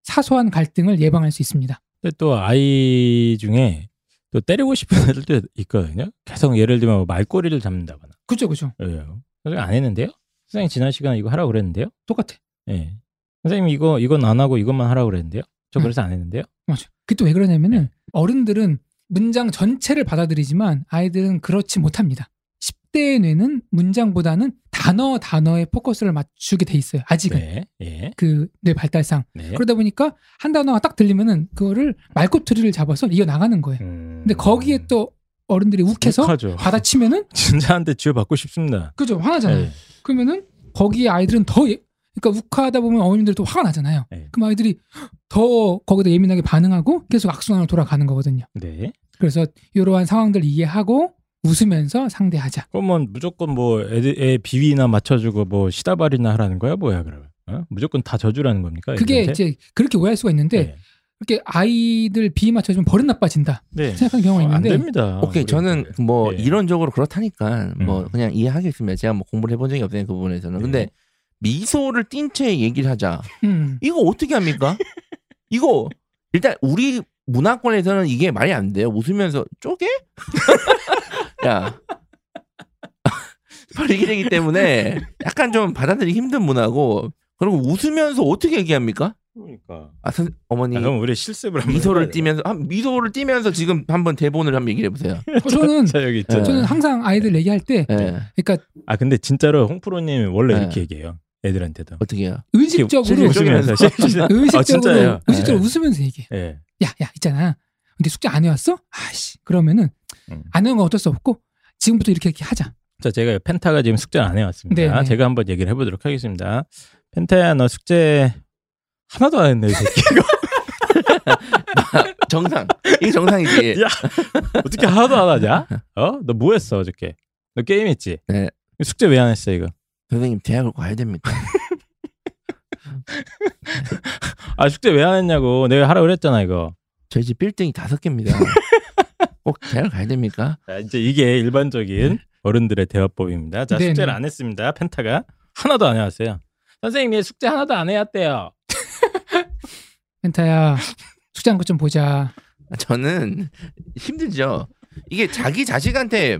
S3: 사소한 갈등을 예방할 수 있습니다.
S1: 근데 또 아이 중에 또 때리고 싶은 애들도 있거든요. 계속 예를 들면 뭐 말꼬리를 잡는다거나.
S3: 그죠, 그죠.
S1: 예. 선생님 안 했는데요? 선생님 지난 시간 이거 하라고 그랬는데요?
S3: 똑같아.
S1: 예. 선생님 이거 이건 안 하고 이것만 하라고 그랬는데요? 저
S3: 음.
S1: 그래서 안 했는데요?
S3: 맞아. 그게 또 왜 그러냐면은
S1: 네.
S3: 어른들은 문장 전체를 받아들이지만 아이들은 그렇지 못합니다. 10대의 뇌는 문장보다는 단어 단어에 포커스를 맞추게 돼 있어요. 아직은.
S1: 네. 예.
S3: 그 뇌 발달상.
S1: 네.
S3: 그러다 보니까 한 단어가 딱 들리면은 그거를 말꼬투리를 잡아서 이어 나가는 거예요.
S1: 음.
S3: 근데 거기에 또 어른들이 욱해서
S1: 욱하죠.
S3: 받아치면은
S1: [LAUGHS] 진짜한테 쥐어 받고 싶습니다.
S3: 그죠 화나잖아요.
S1: 예.
S3: 그러면은 거기에 아이들은 더 예- 그러니까 욱하다 보면 어머님들이 또 화가 나잖아요.
S1: 네.
S3: 그럼 아이들이 더 거기다 예민하게 반응하고 계속 악순환으로 돌아가는 거거든요.
S1: 네.
S3: 그래서 이러한 상황들 이해하고 웃으면서 상대하자.
S1: 그러면 무조건 뭐 애, 애 비위나 맞춰주고 뭐 시다발이나 하라는 거야 뭐야 그러면? 어? 무조건 다 저주라는 겁니까?
S3: 그게
S1: 애들한테?
S3: 이제 네. 그렇게 오해할 수가 있는데 이렇게 아이들 비위 맞춰주면 버릇 나빠진다
S1: 네. 네.
S3: 생각하는 경우가
S1: 어, 안
S3: 있는데
S1: 됩니다.
S2: 오케이 저는
S1: 그러니까.
S2: 뭐
S1: 예.
S2: 이론적으로 그렇다니까 뭐
S1: 음. 예.
S2: 그냥 이해하겠습니다. 제가 뭐 공부를 해본 적이 없으니까 그 부분에서는 근데 미소를 띤 채 얘기를 하자
S3: 음,
S1: [LAUGHS]
S2: 이거 어떻게 합니까? 이거 일단 우리 문화권에서는 이게 말이 안 돼요. 웃으면서 쪼개? [LAUGHS] 야. [LAUGHS] 발기되기 때문에 약간 좀 받아들이기 힘든 문화고 그리고 웃으면서 어떻게 얘기합니까?
S1: 그러니까.
S2: 아, 선, 어머니
S1: 아, 그럼 우리 실습을 한번
S2: 미소를
S1: 해봐야 돼요.
S2: 띠면서 아, 미소를 띠면서 지금 한번 대본을 한번 얘기해 보세요.
S1: [LAUGHS]
S3: 저는
S1: 자 여기 있죠.
S2: 예.
S3: 저는 항상 아이들 얘기할 때
S2: 예.
S3: 그러니까
S1: 아 근데 진짜로 홍프로님 원래
S2: 네.
S1: 이렇게 얘기해요. 애들한테도.
S2: 어떻게요?
S3: 의식적으로
S2: 실제
S1: 웃으면서 실제- 아,
S3: 의식적으로
S1: 진짜예요.
S3: 의식적으로
S2: 네.
S3: 웃으면서 얘기해.
S1: 예.
S3: 야, 야, 있잖아. 근데 숙제 안 해왔어? 아씨. 그러면은
S1: 음.
S3: 안 해온 건 어쩔 수 없고 지금부터 이렇게 이렇게 하자.
S1: 자, 제가 펜타가 지금 숙제를 안 해왔습니다.
S3: 네, 네.
S1: 제가 한번 얘기를 해보도록 하겠습니다. 펜타야, 너 숙제 하나도 안 했네, 이 새끼.
S2: 정상. 이게 정상이지.
S1: 야, 어떻게 하나도 안
S3: [LAUGHS]
S1: 하냐? 어? 너 뭐 했어, 어저께? 너 게임했지?
S2: 네.
S1: 숙제 왜 안 했어, 이거?
S2: 선생님 대학을 가야 됩니까?
S1: 아, 숙제 왜 안 했냐고. 내가 하라고 그랬잖아, 이거.
S2: 저희 집 빌딩이 다섯 개입니다. 꼭 대학을 가야 됩니까?
S1: 자, 이제 이게 일반적인 어른들의 대화법입니다. 자,
S3: 네,
S1: 숙제를
S3: 네.
S1: 안 했습니다. 펜타가. 하나도 안 해왔어요. 선생님, 얘 숙제 하나도 안 해왔대요.
S3: 펜타야 숙제한 것 좀 보자.
S2: 저는 힘들죠. 이게 자기 자식한테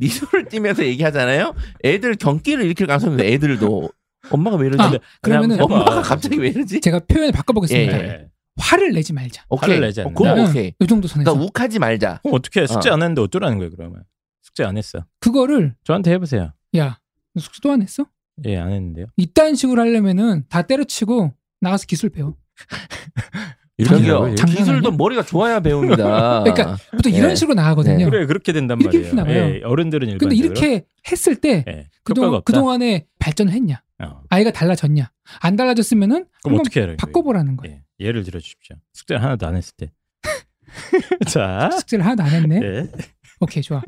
S2: 미소를 띠면서 얘기하잖아요. 애들 경기를 일으킬 가능성이 있어요. 애들도 엄마가 왜 이러지?
S3: 아, 그러면은
S1: 엄마.
S2: 엄마가 갑자기 왜 이러지?
S3: 제가 표현을 바꿔보겠습니다.
S2: 예,
S1: 네.
S3: 화를 내지 말자.
S2: 오케이. 어,
S1: 화를 내지 않는다.
S2: 그건
S3: 응,
S2: 오케이.
S3: 요 정도 선에서
S2: 그러니까 욱하지 말자.
S1: 그럼 어떻게 숙제
S3: 아.
S2: 어.
S1: 안 했는데 어쩌라는 거예요, 그러면? 숙제 안 했어.
S3: 그거를
S1: 저한테 해보세요.
S3: 야너 숙제 또 안 했어?
S1: 예, 안 했는데요.
S3: 이딴 식으로 하려면은 다 때려치고 나가서 기술 배워.
S2: 저기요.
S3: 장난
S2: 기술도
S3: 아니야?
S2: 보통 머리가 좋아야 배웁니다.
S3: 그러니까 보통 이런
S2: 예.
S3: 식으로 나가거든요.
S1: 그래 그렇게 된단
S3: 이렇게
S1: 말이에요.
S3: 푸나봐요.
S1: 예, 어른들은 일반.
S3: 근데 이렇게 했을 때
S1: 예, 효과가
S3: 그동안,
S1: 없다.
S3: 그동안에 발전했냐?
S1: 어.
S3: 아이가 달라졌냐? 안 달라졌으면은
S1: 그럼
S3: 한번
S1: 어떻게 해요? 이거?
S3: 바꿔보라는 거예요.
S1: 예, 예를 들어 주십시오. 숙제 를 하나도 안 했을 때. 자,
S3: 숙제를 하나도 안 했네.
S1: 예.
S3: 오케이 좋아.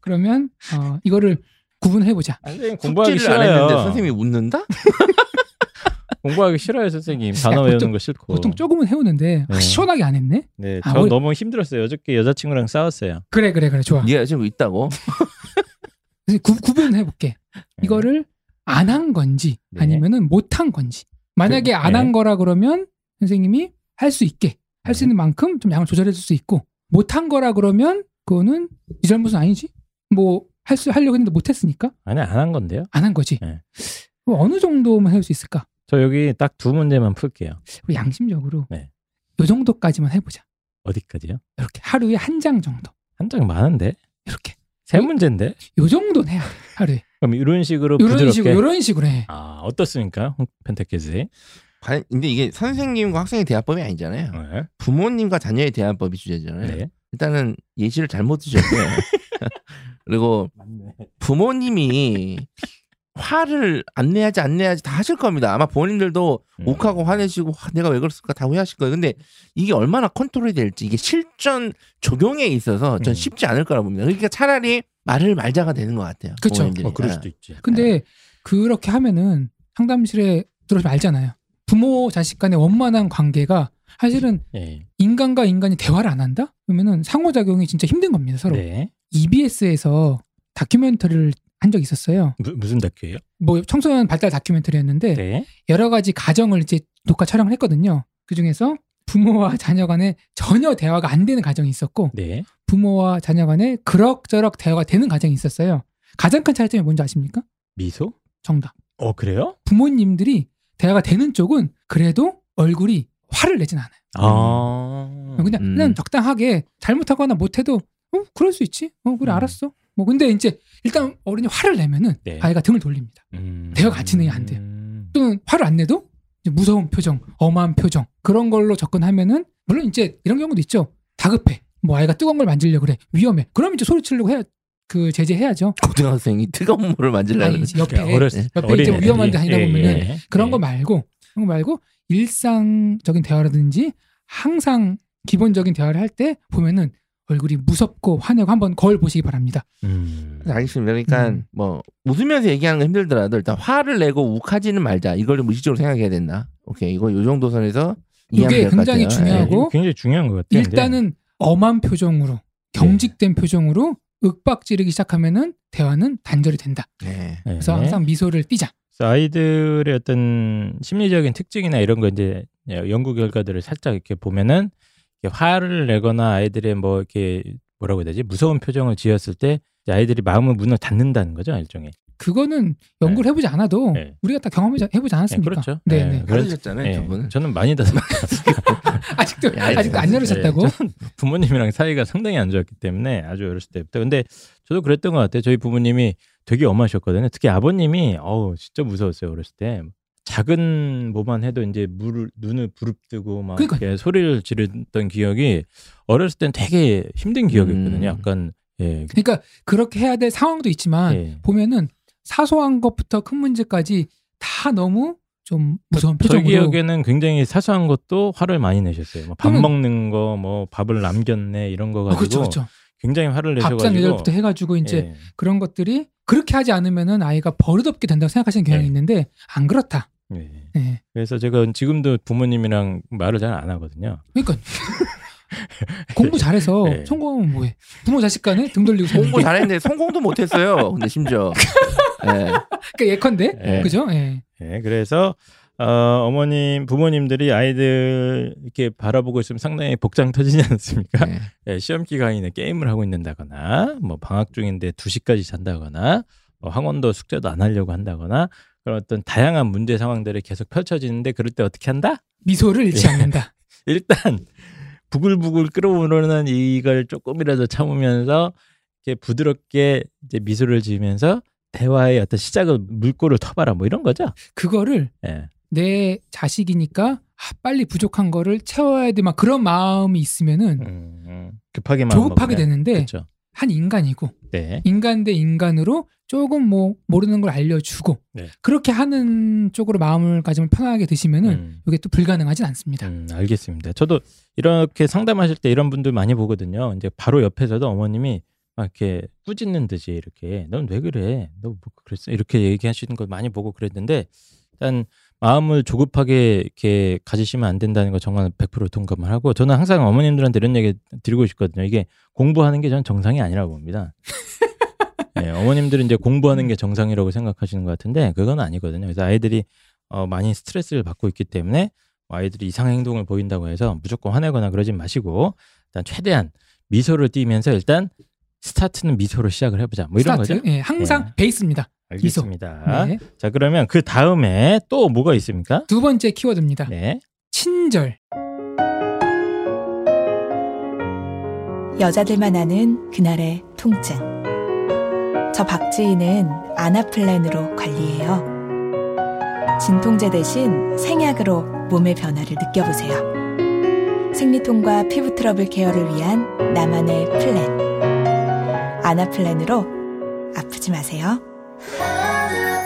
S3: 그러면 어, 이거를 구분해 보자.
S1: 선생님 공부하기
S2: 숙제를 안 했는데
S1: 싫어요. [LAUGHS]
S2: 선생님이 웃는다?
S1: 공부하기 싫어요, 선생님. 단어
S3: 야,
S1: 외우는
S3: 보통-
S1: 거 싫고.
S3: 보통 조금은 해오는데 아,
S1: 네.
S3: 시원하게 안 했네.
S1: 네, 저
S3: 아, 우리-
S1: 너무 힘들었어요. 어저께 여자친구랑 싸웠어요.
S3: 그래 그래 그래
S1: 예.
S3: 좋아.
S2: 네가 예, 지금 있다고?
S3: 그래서 구, 구분해 볼게. 이거를 안 한 건지
S1: 예. 네.
S3: 아니면은 못 한 건지. 만약에
S1: 그-
S3: 안 한
S1: 네.
S3: 거라 그러면 선생님이 할 수 있게 할 수
S1: 네.
S3: 있는 만큼 좀 양을 조절해 줄 수 있고 못 한 거라 그러면 그거는 이 잘못은 아니지. 뭐 할 수 하려고 했는데 못 했으니까
S1: 아니 안 한 건데요.
S3: 안 한 거지.
S1: 네.
S3: 그럼 어느 정도만 해올 수 있을까?
S1: 저 여기 딱 두 문제만 풀게요.
S3: 우리 양심적으로
S1: 네.
S3: 요 정도까지만 해보자.
S1: 어디까지요?
S3: 이렇게 하루에 한 장 정도.
S1: 한 장 많은데
S3: 이렇게
S1: 세
S3: 이-
S1: 문제인데.
S3: 요 정도는 해야 돼 하루에
S1: 그럼 이런 식으로
S3: 요런
S1: 부드럽게.
S3: 식으로 요런 식으로 해
S1: 아 어떻습니까, 펜타켓이?
S2: 과연- 근데 이게 선생님과 학생의 대화법이 아니잖아요.
S1: 네.
S2: 부모님과 자녀의 대화법이 주제잖아요.
S1: 네.
S2: 일단은 예시를
S1: [LAUGHS]
S2: 잘못 드셨고요. 그리고 부모님이 화를 안 내야지 안 내야지 다 하실 겁니다. 아마 본인들도
S1: 음.
S2: 욱하고 화내시고 와, 내가 왜 그랬을까 다 후회하실 거예요. 근데 이게 얼마나 컨트롤이 될지 이게 실전 적용에 있어서 전
S1: 음.
S2: 쉽지 않을 거라 봅니다. 그러니까 차라리 말을 말자가 되는 것 같아요.
S3: 그쵸.
S2: 부모님들이. 예.
S1: 어, 그럴 수도 있지.
S3: 근데 그렇게 하면은 상담실에 들어오시면 알잖아요. 부모 자식 간의 원만한 관계가 사실은
S1: 예.
S3: 인간과 인간이 대화를 안 한다? 그러면은 상호작용이 진짜 힘든 겁니다, 서로.
S1: 네.
S3: EBS에서 다큐멘터리를 한 적이 있었어요.
S1: 무, 무슨 다큐예요?
S3: 뭐 청소년 발달 다큐멘터리였는데
S1: 네.
S3: 여러 가지 가정을 이제 녹화 촬영을 했거든요. 그 중에서 부모와 자녀 간에 전혀 대화가 안 되는 가정이 있었고
S1: 네.
S3: 부모와 자녀 간에 그럭저럭 대화가 되는 가정이 있었어요. 가장 큰 차이점이 뭔지 아십니까?
S1: 미소?
S3: 정답.
S1: 어 그래요?
S3: 부모님들이 대화가 되는 쪽은 그래도 얼굴이 화를 내진 않아요.
S1: 아.
S3: 음. 그냥,
S2: 음.
S3: 그냥 적당하게 잘못하거나 못해도 어 그럴 수 있지. 어 그래
S1: 음.
S3: 알았어. 뭐 근데 이제 일단 어른이 화를 내면은
S1: 네.
S3: 아이가 등을 돌립니다.
S1: 음.
S3: 대화 같이 진행이 안 돼요.
S1: 음.
S3: 또는 화를 안 내도 이제 무서운 표정, 엄한 표정 그런 걸로 접근하면은 물론 이제 이런 경우도 있죠. 다급해. 뭐 아이가 뜨거운 걸 만지려 고 그래. 위험해. 그럼 이제 소리치려고 해야 그 제재해야죠.
S2: 고등학생이 뜨거운 물을 만지려는
S3: 아니 이제 옆에
S1: 그러니까 어렸을 때
S3: 옆에 이제
S1: 어린애들이-
S3: 위험한 데 다니다
S1: 예,
S3: 보면은
S1: 예, 예.
S3: 그런 거 말고 그런 거 말고 일상적인 대화라든지 항상 기본적인 대화를 할 때 보면은 얼굴이 무섭고 화내고 한번 거울 보시기 바랍니다.
S1: 음.
S2: 알겠습니다. 그러니까
S3: 음.
S2: 뭐 웃으면서 얘기하는 건 힘들더라도 일단 화를 내고 욱하지는 말자. 이걸 좀 의식적으로 생각해야 된다. 오케이 이거 요 정도 선에서 이해하면
S3: 이게
S2: 될것
S3: 굉장히
S2: 같아요.
S1: 네,
S3: 중요하고
S1: 이거 굉장히 중요한 것 같아요.
S3: 일단은 엄한
S1: 네.
S3: 표정으로 경직된 표정으로 윽박 지르기 시작하면은 대화는 단절이 된다.
S2: 네. 네.
S1: 네.
S3: 그래서 항상 미소를 띠자.
S1: 그래서 아이들의 어떤 심리적인 특징이나 이런 거 이제 예, 연구 결과들을 살짝 이렇게 보면은 이렇게 화를 내거나 아이들의 뭐 이렇게 뭐라고 해야 되지 무서운 표정을 지었을 때 이제 아이들이 마음을 문을 닫는다는 거죠 일종의
S3: 그거는 연구를 해보지 않아도
S1: 네.
S3: 우리가 다 경험해 해보지 않았습니까?
S1: 네, 그렇죠.
S3: 네,
S1: 네,
S3: 네.
S1: 그런-
S2: 그러셨잖아요,
S1: 예,
S2: 저분은.
S1: 저는 많이 닫았어요
S3: 아직도
S2: 야,
S3: 아직도 안
S2: 네.
S3: 열으셨다고?
S1: 네, 저는 부모님이랑 사이가 상당히 안 좋았기 때문에 아주 어렸을 때부터 근데 저도 그랬던 것 같아요 저희 부모님이 되게 엄하셨거든요 특히 아버님이 어우 진짜 무서웠어요 어렸을 때 작은 뭐만 해도 이제 물을 눈을 부릅뜨고 막
S3: 그러니까요.
S1: 이렇게 소리를 지르던 기억이 어렸을 땐 되게 힘든 기억이었거든요
S2: 음.
S1: 약간 예
S3: 그러니까 그렇게 해야 될 상황도 있지만
S1: 예.
S3: 보면은 사소한 것부터 큰 문제까지 다 너무 좀 무서운
S1: 저
S3: 표정으로
S1: 기억에는 굉장히 사소한 것도 화를 많이 내셨어요. 뭐밥
S3: 그러면-
S1: 먹는 거, 뭐 밥을 남겼네 이런 거
S3: 어,
S1: 가지고
S3: 그렇죠, 그렇죠.
S1: 굉장히 화를 내셔가지고
S3: 밥상 예절부터 해가지고 이제
S1: 예.
S3: 그런 것들이 그렇게 하지 않으면은 아이가 버릇없게 된다고 생각하시는 경향이
S1: 예.
S3: 있는데 안 그렇다.
S1: 예.
S3: 예.
S1: 그래서 제가 지금도 부모님이랑 말을 잘 안 하거든요. [LAUGHS]
S3: 그러니까 공부 잘해서
S1: 예.
S3: 성공하면 뭐해? 부모 자식 간에 등 돌리고
S2: 공부
S3: 공부 잘...
S2: 잘했는데 성공도 못했어요. 근데
S3: [LAUGHS]
S2: 심지어 네.
S3: 그러니까 예컨대
S1: 예.
S3: 그죠? 예.
S1: 예, 그래서 어, 어머님, 부모님들이 아이들 이렇게 바라보고 있으면 상당히 복장 터지지 않습니까?
S2: 네.
S1: 예, 시험 기간이나 게임을 하고 있는다거나, 뭐 방학 중인데 2시까지 잔다거나, 뭐 학원도 숙제도 안 하려고 한다거나, 그런 어떤 다양한 문제 상황들이 계속 펼쳐지는데 그럴 때 어떻게 한다?
S3: 미소를 잃지
S1: 예.
S3: 않는다.
S1: 일단 부글부글 끓어오르는 이걸 조금이라도 참으면서 이렇게 부드럽게 이제 미소를 지으면서 대화의 어떤 시작을 물꼬를 터봐라 뭐 이런 거죠.
S3: 그거를
S1: 예.
S3: 내 자식이니까 아, 빨리 부족한 거를 채워야 돼 막 그런 마음이 있으면은
S1: 음, 음. 급하게 마음
S3: 조급하게
S1: 먹으면.
S3: 되는데
S1: 그렇죠.
S3: 한 인간이고
S1: 네.
S3: 인간 대 인간으로 조금 뭐 모르는 걸 알려주고
S1: 네.
S3: 그렇게 하는 쪽으로 마음을 가지면 편하게 드시면은
S1: 음.
S3: 이게 또 불가능하진 않습니다.
S1: 음, 알겠습니다. 저도 이렇게 상담하실 때 이런 분들 많이 보거든요. 이제 바로 옆에서도 어머님이 막 이렇게 꾸짖는 듯이 이렇게 넌 왜 그래? 너 뭐 그랬어? 이렇게 얘기하시는 걸 많이 보고 그랬는데 일단 마음을 조급하게 이렇게 가지시면 안 된다는 거 정말 100% 동감을 하고 저는 항상 어머님들한테 이런 얘기 드리고 싶거든요. 이게 공부하는 게 저는 정상이 아니라고
S3: [LAUGHS]
S1: 봅니다. 예, 어머님들은 이제 공부하는
S3: 음.
S1: 게 정상이라고 생각하시는 것 같은데 그건 아니거든요. 그래서 아이들이 어, 많이 스트레스를 받고 있기 때문에 뭐 아이들이 이상한 행동을 보인다고 해서 무조건 화내거나 그러진 마시고 일단 최대한 미소를 띄면서 일단 스타트는 미소로 시작을 해보자 뭐 이런
S3: 스타트.
S1: 거죠.
S3: 예, 항상
S1: 네. 아.
S3: 베이스입니다. 미소.
S1: 알겠습니다.
S3: 네.
S1: 자 그러면 그 다음에 또 뭐가 있습니까?
S3: 두 번째 키워드입니다.
S1: 네.
S3: 친절.
S6: 여자들만 아는 그날의 통증. 저 박지희는 아나플랜으로 관리해요. 진통제 대신 생약으로 몸의 변화를 느껴보세요. 생리통과 피부 트러블 케어를 위한 나만의 플랜. 아나플랜으로 아프지 마세요.
S7: Anna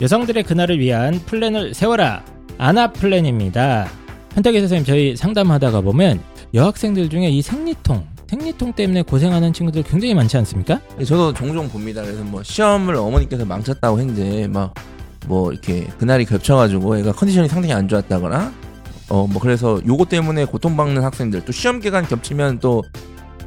S1: 여성들의 그날을 위한 플랜을 세워라 아나 플랜입니다. 현탁이 선생님 저희 상담하다가 보면 여학생들 중에 이 생리통 생리통 때문에 고생하는 친구들 굉장히 많지 않습니까?
S2: 저도 종종 봅니다. 그래서 뭐 시험을 어머니께서 망쳤다고 했는데 막 뭐 이렇게 그날이 겹쳐가지고 애가 컨디션이 상당히 안 좋았다거나 어 뭐 그래서 요거 때문에 고통받는 학생들 또 시험 기간 겹치면 또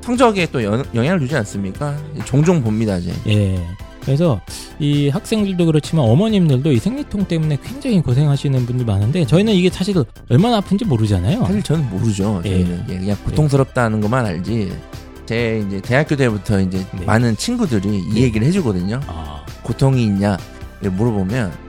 S2: 성적에 또 연- 영향을 주지 않습니까? 종종 봅니다 이제.
S1: 예. 그래서 이 학생들도 그렇지만 어머님들도 이 생리통 때문에 굉장히 고생하시는 분들 많은데 저희는 이게 사실 얼마나 아픈지 모르잖아요.
S2: 사실 저는 모르죠.
S1: 예.
S2: 저희는 예, 그냥 고통스럽다는 것만 알지. 제 이제 대학교 때부터 이제
S1: 네.
S2: 많은 친구들이 이 얘기를 해주거든요.
S1: 아,
S2: 고통이 있냐 이렇게 물어보면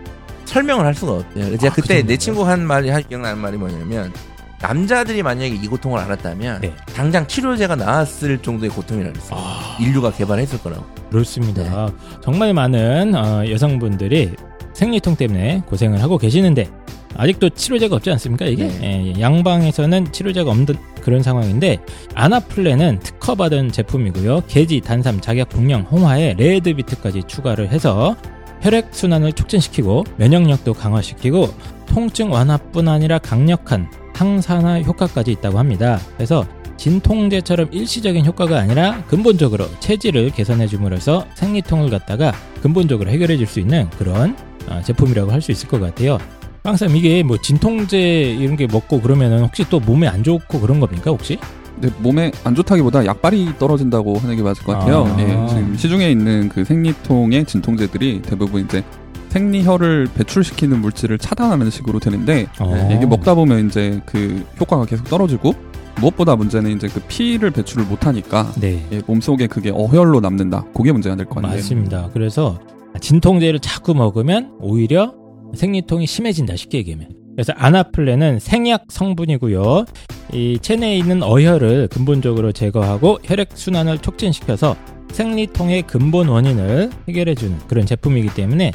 S2: 설명을 할 수가 없대요. 그래서 제가
S1: 아, 그
S2: 그때
S1: 정도요?
S2: 내 친구 한 말이 한 기억나는 말이 뭐냐면 남자들이 만약에 이 고통을 알았다면
S1: 네.
S2: 당장 치료제가 나왔을 정도의 고통이라 그랬어요.
S1: 아.
S2: 인류가 개발했을 거라고.
S1: 그렇습니다. 정말 많은 어, 여성분들이 생리통 때문에 고생을 하고 계시는데 아직도 치료제가 없지 않습니까? 이게 예, 양방에서는 치료제가 없는 그런 상황인데 아나플레는 특허받은 제품이고요. 계지, 단삼, 작약, 복령, 홍화에 레드비트까지 추가를 해서 혈액 순환을 촉진시키고 면역력도 강화시키고 통증 완화뿐 아니라 강력한 항산화 효과까지 있다고 합니다. 그래서 진통제처럼 일시적인 효과가 아니라 근본적으로 체질을 개선해 줌으로써 생리통을 갖다가 근본적으로 해결해 줄 수 있는 그런 어, 제품이라고 할 수 있을 것 같아요. 빵쌤 이게 뭐 진통제 이런 게 먹고 그러면은 혹시 또 몸에 안 좋고 그런 겁니까 혹시?
S7: 근데 네, 몸에 안 좋다기보다 약발이 떨어진다고 하는 게 맞을 것 같아요.
S1: 아.
S7: 예, 지금 시중에 있는 그 생리통의 진통제들이 대부분 이제 생리혈을 배출시키는 물질을 차단하는 식으로 되는데
S1: 어.
S7: 이게 먹다 보면 이제 그 효과가 계속 떨어지고 무엇보다 문제는 이제 그 피를 배출을 못하니까
S1: 네
S7: 예, 몸속에 그게 어혈로 남는다. 그게 문제가 될 것 같네요.
S1: 맞습니다. 그래서 진통제를 자꾸 먹으면 오히려 생리통이 심해진다 쉽게 얘기하면. 그래서 아나플레는 생약 성분이고요. 이 체내에 있는 어혈을 근본적으로 제거하고 혈액 순환을 촉진시켜서 생리통의 근본 원인을 해결해주는 그런 제품이기 때문에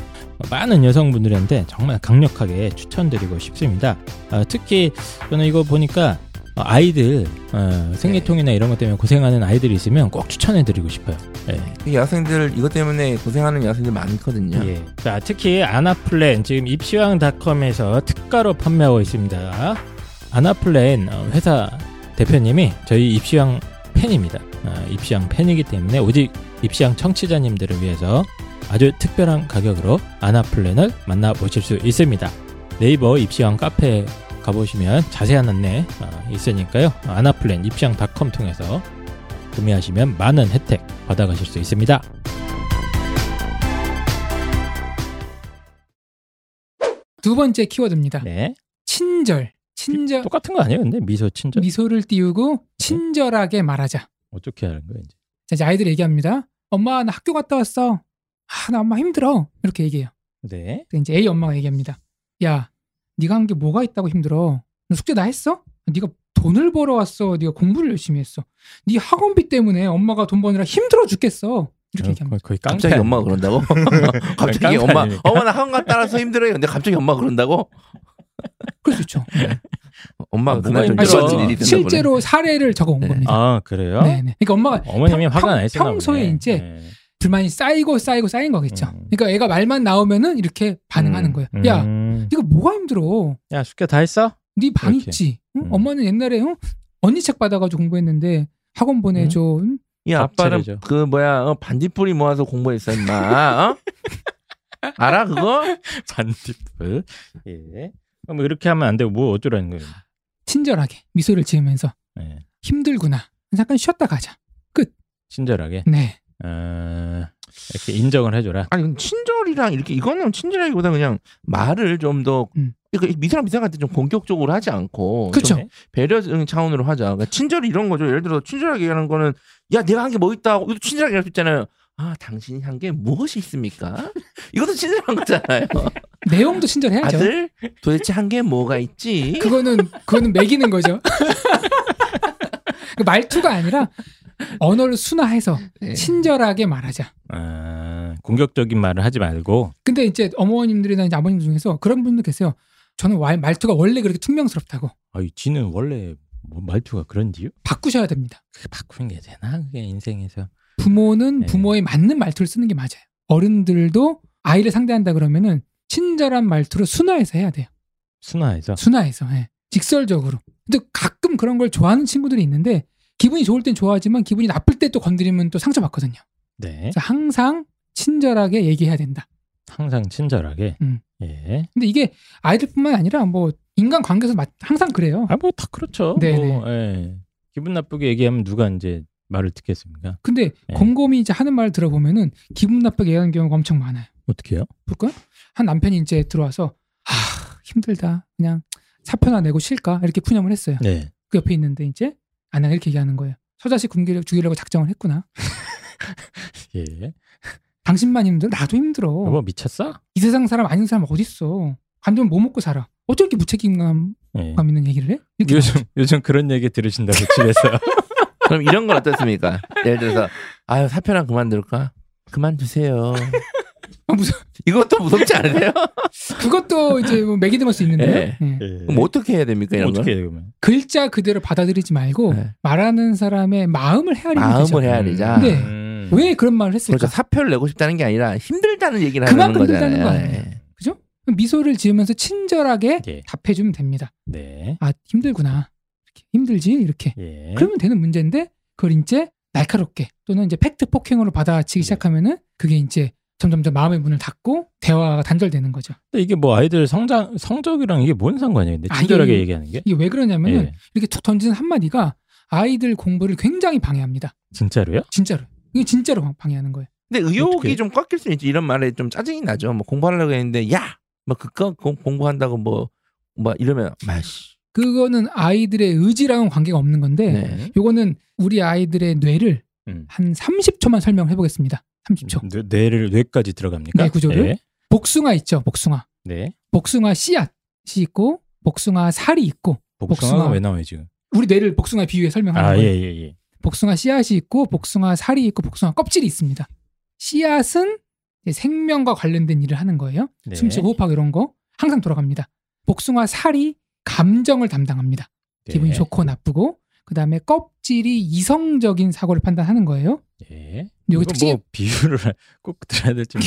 S1: 많은 여성분들한테 정말 강력하게 추천드리고 싶습니다. 어, 특히 저는 이거 보니까 어, 아이들 어, 생리통이나 이런 것 때문에 고생하는 아이들이 있으면 꼭 추천해드리고 싶어요. 예.
S2: 그 여학생들 이것 때문에 고생하는 여학생들 많거든요.
S1: 예. 자, 특히 아나플랜 지금 입시왕닷컴에서 특가로 판매하고 있습니다. 아나플랜 어, 회사 대표님이 저희 입시왕 팬입니다. 어, 입시왕 팬이기 때문에 오직 입시왕 청취자님들을 위해서 아주 특별한 가격으로 아나플랜을 만나보실 수 있습니다. 네이버 입시왕 카페 가보시면 자세한 안내 어, 있으니까요. 아나플랜 입시왕닷컴 통해서 구매하시면 많은 혜택 받아가실 수 있습니다.
S3: 두 번째 키워드입니다.
S1: 네.
S3: 친절. 친절.
S1: 똑같은 거 아니에요? 근데 미소 친절
S3: 미소를
S1: 네.
S3: 띄우고 친절하게 말하자.
S1: 어떻게 하는 거예요? 이제?
S3: 자, 이제 아이들 얘기합니다. 엄마, 나 학교 갔다 왔어. 아, 나 엄마 힘들어. 이렇게 얘기해요.
S1: 네.
S3: 그때 이제 A 엄마가 얘기합니다. 야, 네가 한 게 뭐가 있다고 힘들어? 너 숙제 다 했어? 네가 돈을 벌어 왔어. 네가 공부를 열심히 했어. 네 학원비 때문에 엄마가 돈 버느라 힘들어 죽겠어. 이렇게 얘기합니다.
S1: 거의
S2: 갑자기 엄마가 그런다고? [LAUGHS] 갑자기
S1: 깡패
S2: 엄마,
S1: 아닙니까?
S2: 엄마 나 학원 갔다 와서 힘들어요. 근데 갑자기 엄마가 그런다고?
S3: 그럴 수 있죠.
S2: 엄마가
S1: 어,
S2: 그날 좀
S1: 아니,
S2: 좋았던
S1: 실제-
S2: 일이 있나 보네.
S3: 실제로 사례를 적어 온
S2: 네.
S3: 겁니다.
S1: 아 그래요?
S3: 네, 네. 그러니까 엄마가
S1: 어머님이
S3: 평-
S1: 화가
S3: 평-
S1: 나 있었나 보네.
S3: 평소에 이제
S1: 네.
S3: 불만이 쌓이고 쌓이고 쌓인 거겠죠.
S1: 음.
S3: 그러니까 애가 말만 나오면은 이렇게 반응하는
S2: 음.
S3: 거예요. 야,
S1: 음.
S3: 네가 뭐가 힘들어?
S1: 야 숙제 다
S2: [LAUGHS]
S1: 했어?
S3: 네 방
S1: 이렇게.
S3: 있지. 응?
S1: 음.
S3: 엄마는 옛날에 응? 언니 책 받아가지고 공부했는데 학원 보내줘. 응?
S2: 이 아빠는
S1: 잡채래죠.
S2: 그 뭐야 어, 반딧불이 모아서 공부했어 임마 어? 알아 그거?
S1: 반딧불. 예. 그럼 이렇게 하면 안 되고 뭐 어쩌라는 거예요?
S3: 친절하게 미소를 지으면서
S1: 네.
S3: 힘들구나. 잠깐 쉬었다 가자.
S1: 친절하게.
S3: 네.
S1: 어, 이렇게 인정을 해줘라.
S2: 아니 근데 친절이랑 이렇게 이거는 친절하기보다 그냥 말을 좀 더
S3: 음.
S2: 미사람 미사한테 좀 본격적으로 하지 않고
S3: 그쵸.
S2: 좀 배려적인 차원으로 하자. 그러니까 친절이 이런 거죠. 예를 들어 친절하게 얘기하는 거는 야 내가 한 게 뭐 있다고 이것도 친절하게 할 수 있잖아요. 아 당신이 한 게 무엇이 있습니까? [LAUGHS] 이것도 친절한 거잖아요.
S3: 내용도 친절해야죠.
S2: 아들 도대체 한 게 뭐가 있지?
S3: 그거는 그거는 매기는 거죠. 그 말투가 아니라 언어를 순화해서
S2: 네.
S3: 친절하게 말하자.
S1: 아, 공격적인 말을 하지 말고.
S3: 근데 이제 어머님들이나 이제 아버님 중에서 그런 분도 계세요. 저는 왈- 말투가 원래 그렇게 퉁명스럽다고
S1: 아이 지는 원래 뭐 말투가 그런지요?
S3: 바꾸셔야 됩니다.
S1: 그게 바꾸는 게 되나? 그게 인생에서.
S3: 부모는
S1: 네.
S3: 부모에 맞는 말투를 쓰는 게 맞아요. 어른들도 아이를 상대한다 그러면은 친절한 말투로 순화해서 해야 돼요.
S1: 순화해서
S3: 순화해서 예. 직설적으로. 근데 가끔 그런 걸 좋아하는 친구들이 있는데 기분이 좋을 땐 좋아하지만 기분이 나쁠 때 또 건드리면 또 상처받거든요.
S1: 네
S3: 그래서 항상 친절하게 얘기해야 된다.
S1: 항상 친절하게
S3: 음.
S1: 예.
S3: 근데 이게 아이들뿐만 아니라 뭐 인간 관계에서 마- 항상 그래요.
S1: 아 뭐 다 그렇죠.
S3: 네,
S1: 뭐, 예. 기분 나쁘게 얘기하면 누가 이제 말을 듣겠습니까?
S3: 근데
S1: 네.
S3: 곰곰이 이제 하는 말을 들어보면은 기분 나쁘게 얘기하는 경우가 엄청 많아요.
S1: 어떻게요?
S3: 볼까요? 한 남편이 이제 들어와서 아 힘들다 그냥 사표나 내고 쉴까 이렇게 푸념을 했어요.
S1: 네.
S3: 그 옆에 있는데 이제 아내가 이렇게 얘기하는 거예요. 서자씨 굶기려 죽이려고 작정을 했구나.
S1: 예.
S3: 당신만 힘들어
S1: 어.
S3: 나도 힘들어.
S1: 뭐 미쳤어?
S3: 이 세상 사람 아닌 사람 어딨어. 감정 뭐 먹고 살아. 어쩜 이렇게 무책임감
S1: 예.
S3: 감 있는 얘기를 해? 이렇게
S1: 요즘 요즘 그런 얘기
S3: [LAUGHS]
S1: 들으신다고 집에서
S2: 그럼 이런 건 어떻습니까? 예를 들어서 아유 사표랑 그만 둘까? 그만 두세요.
S3: 아, 무서...
S2: 이것도 무섭지 않으세요?
S3: [LAUGHS] 그것도 이제 뭐 맥이 들을 수 있는데 요
S1: 예.
S2: 그럼 어떻게 해야 됩니까 이런 거?
S1: 어떻게 해요 그러면?
S3: 글자 그대로 받아들이지 말고
S2: 네.
S3: 말하는 사람의 마음을 헤아리면 되죠.
S2: 마음을 헤아리자.
S3: 네.
S1: 음.
S3: 왜 그런 말을
S2: 그렇죠.
S3: 했을까?
S2: 사표를 내고 싶다는 게 아니라 힘들다는 얘기를 하는
S3: 그러니까 그만큼
S2: 거잖아요.
S3: 힘들다는 거 아니에요.
S2: 예.
S3: 그죠? 미소를 지으면서 친절하게
S1: 예.
S3: 답해주면 됩니다.
S1: 네.
S3: 아 힘들구나. 이렇게 힘들지 이렇게.
S1: 예.
S3: 그러면 되는 문제인데 그걸 이제 날카롭게 또는 이제 팩트 폭행으로 받아치기
S1: 네.
S3: 시작하면은 그게 이제 점점 더 마음의 문을 닫고 대화가 단절되는 거죠.
S1: 근데 이게 뭐 아이들 성장 성적이랑 이게 뭔 상관이에요? 근데
S3: 아,
S1: 친절하게
S3: 이게-
S1: 얘기하는 게?
S3: 이게 왜 그러냐면은
S1: 예.
S3: 이렇게 툭 던지는 한마디가 아이들 공부를 굉장히 방해합니다.
S1: 진짜로요?
S3: 진짜로. 이게 진짜로 방- 방해하는 거예요.
S2: 근데 의욕이
S1: 어떻게?
S2: 좀 꺾일 수 있지. 이런 말에 좀 짜증이 나죠. 뭐 공부하려고 했는데 야, 뭐 그거 공- 공부한다고 뭐. 뭐 이러면 마씨
S3: 그거는 아이들의 의지랑은 관계가 없는 건데
S2: 네.
S3: 요거는 우리 아이들의 뇌를
S1: 음.
S3: 한 30초만 설명해 보겠습니다. 30초.
S1: 뇌, 뇌를 뇌까지 들어갑니까?
S3: 뇌 구조를?
S1: 예.
S3: 복숭아 있죠, 복숭아.
S1: 네.
S3: 복숭아 씨앗이 있고 복숭아 살이 있고
S1: 복숭아가
S3: 복숭아.
S1: 왜 나와요 지금?
S3: 우리 뇌를 복숭아 비유해 설명하는
S1: 아
S3: 거예요.
S1: 예예 예, 예.
S3: 복숭아 씨앗이 있고 복숭아 살이 있고 복숭아 껍질이 있습니다. 씨앗은 이제 생명과 관련된 일을 하는 거예요.
S1: 네.
S3: 숨쉬고 호흡하고 이런 거 항상 돌아갑니다. 복숭아 살이 감정을 담당합니다. 기분이
S1: 네.
S3: 좋고 나쁘고 그다음에 껍질이 이성적인 사고를 판단하는 거예요.
S1: 예.
S3: 요게
S1: 이거
S3: 특징이-
S1: 뭐 비유를 [LAUGHS] 꼭 들어야 될지
S3: 아,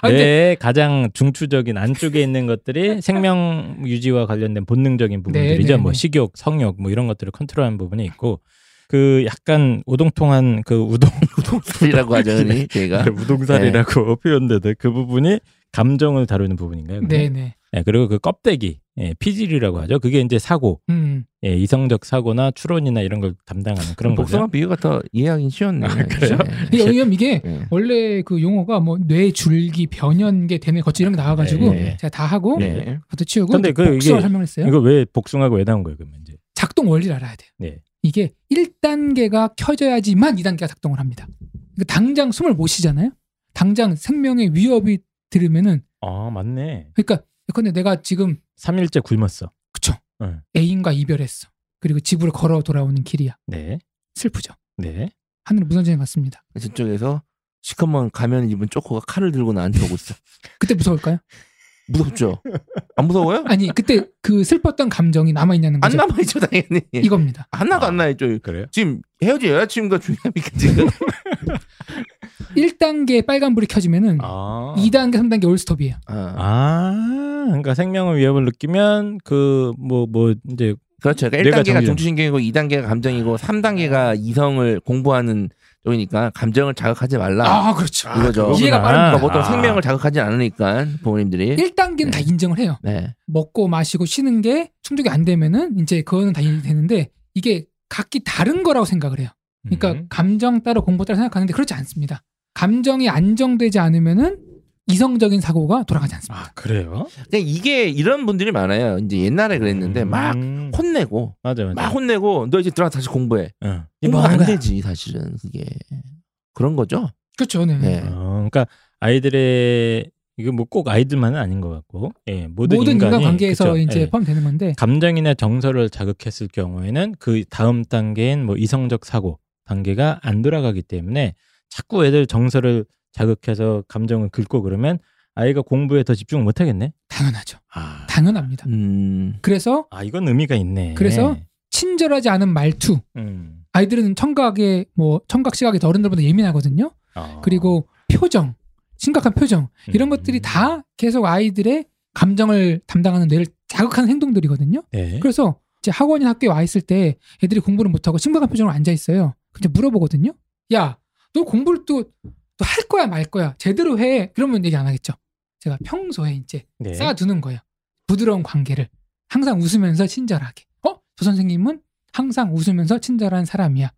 S3: 근데-
S1: 모르겠네. 가장 중추적인 안쪽에 있는 것들이 생명 유지와 관련된 본능적인 부분들이죠.
S3: 네, 네,
S1: 뭐
S3: 네.
S1: 식욕, 성욕 뭐 이런 것들을 컨트롤하는 부분이 있고 그 약간 오동통한 그 우동 네,
S2: 구독살이라고 하죠, 흔히 저희가.
S1: 우동살이라고 표현되는 그 부분이 감정을 다루는 부분인가요? 그게?
S3: 네, 네.
S1: 예, 그리고 그 껍데기, 예, 피질이라고 하죠. 그게 이제 사고,
S3: 음.
S1: 예, 이성적 사고나 추론이나 이런 걸 담당하는 그런
S2: 복숭아
S1: 거죠.
S2: 비유가 더 이해하기 쉬웠네요.
S1: 아, 그래요?
S2: 예.
S3: 근데 왜냐면 이게
S1: 네.
S2: 예.
S3: 원래 그 용어가 뭐 뇌 줄기 변연계 대뇌 거치 이런 게 나와가지고
S1: 네, 네.
S3: 제가 다 하고
S1: 네.
S2: 예.
S3: 그것도 치우고
S1: 근데 그
S3: 복수를
S1: 이게-
S3: 설명했어요.
S1: 이거 왜 복숭아가 왜 나온 거예요, 그러면 이제?
S3: 작동 원리를 알아야 돼요.
S1: 네.
S3: 이게 1단계가 켜져야지만 2단계가 작동을 합니다. 그러니까 당장 숨을 못 쉬잖아요. 당장 생명의 위협이 들으면은
S1: 아, 맞네.
S3: 그러니까 근데 내가 지금
S1: 3일째 굶었어.
S3: 그쵸
S1: 응.
S3: 애인과 이별했어. 그리고 집으로 걸어 돌아오는 길이야.
S1: 네.
S3: 슬프죠.
S1: 네.
S3: 하늘 무선전이 같습니다.
S2: 저쪽에서 시커먼 가면 입은 쪼코가 칼을 들고 나한테 오고 있어.
S3: 그때 무서울까요?
S2: 무섭죠? 안 무서워요?
S3: 아니 그때 그 슬펐던 감정이 남아 있냐는
S2: 안
S3: 거죠.
S2: 남아있죠 당연히.
S3: 이겁니다.
S2: 하나도 안
S1: 아.
S2: 나있죠.
S1: 그래요?
S2: 지금 헤어진 여자친구가 중요합니까 지금?
S3: 1단계 빨간불이 켜지면은
S1: 아.
S3: 2단계, 3단계 올스톱이에요.
S2: 아,
S1: 아, 그러니까 생명의 위협을 느끼면 그 뭐 뭐 이제
S2: 그렇죠.
S1: 뇌가
S2: 그러니까 1단계가
S1: 정지된-
S2: 중추신경이고 2단계가 감정이고 3단계가 이성을 공부하는 쪽이니까 감정을 자극하지 말라.
S3: 아, 그렇죠.
S2: 이거죠.
S1: 그거구나.
S3: 이해가 뭐
S2: 그러니까
S3: 빠릅니다.
S2: 보통
S1: 아.
S2: 생명을 자극하지 않으니까 부모님들이.
S3: 1단계는 다
S2: 네.
S3: 인정을 해요.
S2: 네.
S3: 먹고 마시고 쉬는 게 충족이 안 되면은 이제 그거는 다 인정이 되는데 이게 각기 다른 거라고 생각을 해요. 그러니까
S1: 음.
S3: 감정 따로 공부 따로 생각하는데 그렇지 않습니다. 감정이 안정되지 않으면은 이성적인 사고가 돌아가지 않습니다.
S1: 아, 그래요?
S2: 그러니까 이게 이런 분들이 많아요. 이제 옛날에 그랬는데 막
S1: 음.
S2: 혼내고
S1: 맞아 맞아.
S2: 막 혼내고 너 이제 들어가 다시 공부해.
S1: 응.
S2: 공부
S3: 하는
S2: 안
S3: 거야.
S2: 되지 사실은 그게 그런 거죠.
S3: 그렇죠. 네.
S2: 네.
S1: 어, 그러니까 아이들의 이거 뭐 꼭 아이들만은 아닌 것 같고, 예, 모든,
S3: 모든 인간
S1: 인간이,
S3: 관계에서
S1: 그쵸?
S3: 이제
S1: 예.
S3: 포함되는 건데
S1: 감정이나 정서를 자극했을 경우에는 그 다음 단계인 뭐 이성적 사고 단계가 안 돌아가기 때문에 자꾸 애들 정서를 자극해서 감정을 긁고 그러면 아이가 공부에 더 집중 못 하겠네.
S3: 당연하죠.
S1: 아,
S3: 당연합니다.
S2: 음.
S3: 그래서
S1: 아 이건 의미가 있네.
S3: 그래서? 친절하지 않은 말투
S1: 음.
S3: 아이들은 청각에 뭐 청각 시각이 더 어른들보다 예민하거든요.
S1: 어.
S3: 그리고 표정 심각한 표정 이런
S1: 음.
S3: 것들이 다 계속 아이들의 감정을 담당하는 뇌를 자극하는 행동들이거든요.
S1: 네.
S3: 그래서 이제 학원이나 학교에 와 있을 때 애들이 공부를 못하고 심각한 표정으로 앉아 있어요. 그냥 물어보거든요. 야, 너 공부를 또 할 거야 말 거야 제대로 해. 그러면 얘기 안 하겠죠. 제가 평소에 이제
S1: 네.
S3: 쌓아두는 거예요. 부드러운 관계를 항상 웃으면서 친절하게. 어, 저 선생님은 항상 웃으면서 친절한 사람이야.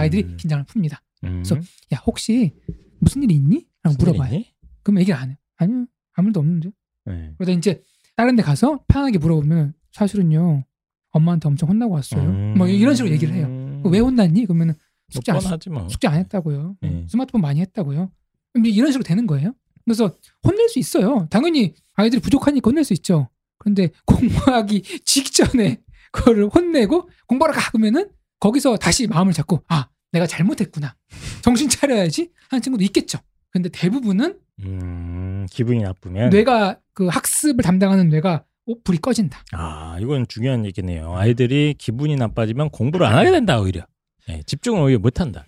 S1: 음.
S3: 아이들이 긴장을 풉니다.
S1: 음.
S3: 그래서 야, 혹시 무슨 일이 있니? 라고
S1: 무슨
S3: 물어봐요.
S1: 일이니?
S3: 그럼 얘기를 안 해요. 아니요, 아무 일도 없는데.
S1: 네.
S3: 그러다 이제 다른 데 가서 편하게 물어보면 사실은요 엄마한테 엄청 혼나고 왔어요 뭐 이런 식으로 얘기를 해요
S1: 음.
S3: 왜 혼났니 그러면 숙제 안,
S1: 뭐 뻔하지 뭐.
S3: 숙제 안 했다고요
S1: 네.
S3: 스마트폰 많이 했다고요 이제 이런 식으로 되는 거예요 그래서 혼낼 수 있어요 당연히 아이들이 부족하니까 혼낼 수 있죠 그런데 [LAUGHS] 공부하기 직전에 그거를 혼내고 공부하러 가 그러면은 거기서 다시 마음을 잡고 아 내가 잘못했구나 정신 차려야지 하는 친구도 있겠죠 근데 대부분은
S1: 음, 기분이 나쁘면
S3: 뇌가 그 학습을 담당하는 뇌가 오, 불이 꺼진다.
S1: 아 이건 중요한 얘기네요. 아이들이 기분이 나빠지면 공부를 안 하게 된다 오히려. 네, 집중을 오히려 못한다.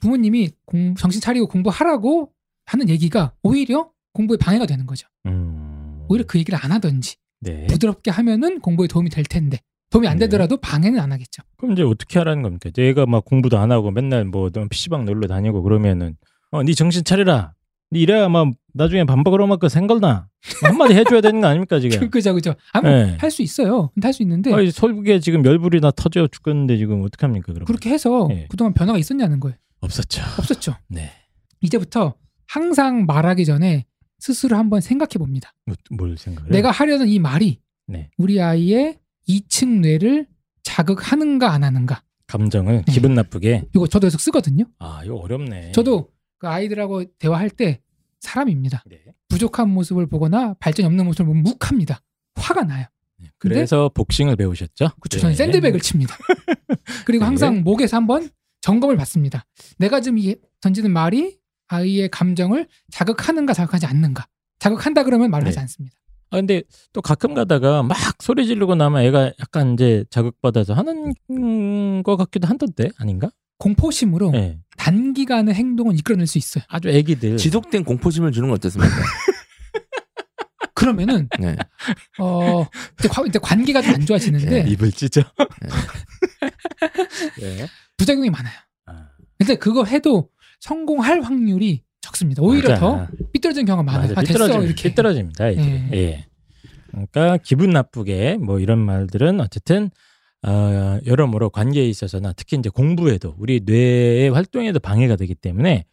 S3: 부모님이 공- 정신 차리고 공부하라고 하는 얘기가 오히려 공부에 방해가 되는 거죠.
S1: 음.
S3: 오히려 그 얘기를 안 하든지
S1: 네.
S3: 예. 부드럽게 하면은 공부에 도움이 될 텐데 도움이 안
S1: 네.
S3: 되더라도 방해는 안 하겠죠.
S1: 그럼 이제 어떻게 하라는 겁니까? 이제 얘가 막 공부도 안 하고 맨날 뭐 PC방 놀러 다니고 그러면은 어, 네 정신 차리라. 네 이래야 막 나중에 반박을 하면 그 생각나. 뭐 한마디 해줘야 되는 거 아닙니까 지금?
S3: [LAUGHS] 그렇죠, 그죠 네. 그죠. 아무
S1: 네.
S3: 할 수 있어요. 할 수 있는데
S1: 아니, 속에 지금 열불이 나 터져 죽겠는데 지금 어떡합니까 그럼?
S3: 그렇게 해서
S1: 예.
S3: 그동안 변화가 있었냐는 거예요.
S1: 없었죠.
S3: 없었죠.
S1: 네.
S3: 이제부터 항상 말하기 전에 스스로 한번 생각해 봅니다.
S1: 뭐, 뭘 생각해?
S3: 내가 하려는 이 말이
S1: 네.
S3: 우리 아이의 2층 뇌를 자극하는가 안 하는가.
S1: 감정을 기분 나쁘게.
S3: 이거 저도 계속 쓰거든요.
S1: 아 이거 어렵네.
S3: 네. 저도 그 아이들하고 대화할 때 사람입니다.
S1: 네.
S3: 부족한 모습을 보거나 발전이 없는 모습을 보면 묵합니다. 화가 나요.
S1: 네. 그래서 복싱을 배우셨죠?
S3: 그렇죠. 저는
S1: [LAUGHS]
S3: 샌드백을 칩니다. 그리고
S1: 네.
S3: 항상 목에서 한번 점검을 받습니다. 내가 지금 이 던지는 말이 아이의 감정을 자극하는가 자극하지 않는가. 자극한다 그러면 말을
S1: 네.
S3: 하지 않습니다.
S1: 아 근데 또 가끔 가다가 막 소리 지르고 나면 애가 약간 이제 자극받아서 하는 음, 것 같기도 한던데 아닌가?
S3: 공포심으로
S1: 네.
S3: 단기간의 행동을 이끌어낼 수 있어요.
S1: 아주 애기들
S2: 지속된 공포심을 주는 건 어떻습니까? [LAUGHS]
S3: 그러면은
S2: 네.
S3: 어 이제, 관- 이제 관계가 좀 안 좋아지는데
S1: 네. 입을 찢어.
S3: 네.
S1: [LAUGHS] 네.
S3: 부작용이 많아요. 근데 그거 해도 성공할 확률이 적습니다. 오히려 더 삐뚤어진 경우가 많아요. 아, 됐어
S1: 삐뚤어집니다.
S3: 이렇게.
S1: 삐뚤어집니다. 애들이.
S3: 예.
S1: 예. 그러니까 기분 나쁘게 뭐 이런 말들은 어쨌든 어, 여러모로 관계에 있어서나 특히 이제 공부에도 우리 뇌의 활동에도 방해가 되기 때문에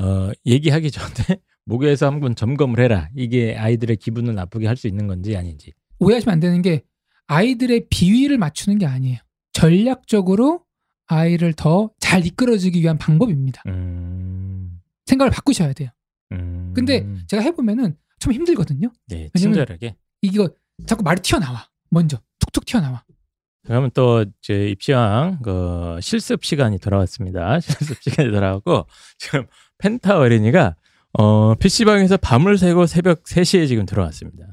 S1: 어, 얘기하기 전에 [LAUGHS] 목에서 한번 점검을 해라. 이게 아이들의 기분을 나쁘게 할 수 있는 건지 아닌지.
S3: 오해하시면 안 되는 게 아이들의 비위를 맞추는 게 아니에요. 전략적으로 아이를 더 잘 이끌어주기 위한 방법입니다.
S1: 음,
S3: 생각을 바꾸셔야 돼요.
S1: 음,
S3: 근데 제가 해보면은 좀 힘들거든요.
S1: 네,
S3: 왜냐면-
S1: 친절하게.
S3: 이거 자꾸 말이 튀어나와. 먼저 툭툭 튀어나와.
S1: 그러면 또 이제 입시왕 그 실습 시간이 돌아왔습니다. [LAUGHS] 실습 시간이 돌아왔고 지금 펜타 어린이가 어 PC방에서 밤을 새고 새벽 3시에 지금 들어왔습니다.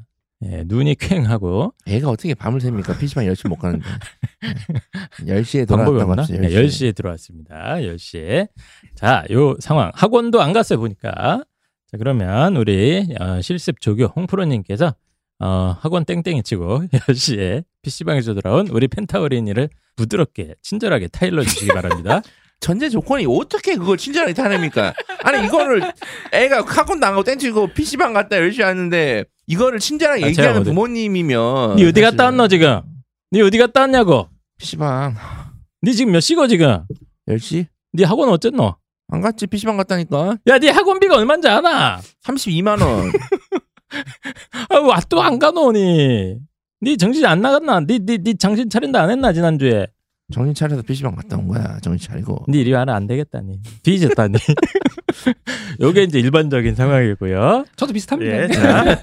S1: 예, 눈이 퀭하고
S2: 애가 어떻게 밤을 샙니까? PC방 10시 못 가는데. 네. 10시에
S1: 방법이
S2: 돌아왔다고
S1: 없나?
S2: 합시다.
S1: 10시에. 네, 10시에 들어왔습니다. 10시에. 자, 요 상황. 학원도 안 갔어요, 보니까. 자, 그러면 우리 어, 실습 조교 홍프로 님께서 어, 학원 땡땡이 치고 [LAUGHS] 10시에 PC방에서 돌아온 우리 펜타 어린이를 부드럽게 친절하게 타일러 주시기 바랍니다.
S2: 전제 조건이 어떻게 그걸 친절하게 타냅니까? 아니 이거를 애가 학원 나가고 땡치고 PC방 갔다 10시 왔는데 이거를 친절하게
S1: 아, 제가
S2: 얘기하는
S1: 어디-
S2: 부모님이면
S1: 니 어디 갔다
S2: 사실은
S1: 왔노 지금? 니 어디 갔다 왔냐고?
S2: PC방
S1: 니 지금 몇 시고 지금?
S2: 10시?
S1: 니 학원 어쨌노?
S2: 안 갔지 PC방 갔다니까
S1: 야, 니 학원비가 얼마인지 아나? [LAUGHS]
S2: 32만 원
S1: 아, 와또안 가노니? 니 정신 안 나갔나? 니, 니, 니 정신 차린다 안 했나 지난주에?
S2: 정신 차려서 PC방 갔다 온 거야 정신 차리고
S1: 니 이리 와라 안 되겠다니. 뒤졌다니. [LAUGHS] 요게 이제 일반적인 상황이고요.
S3: 저도 비슷합니다.
S1: 예, [LAUGHS] 자.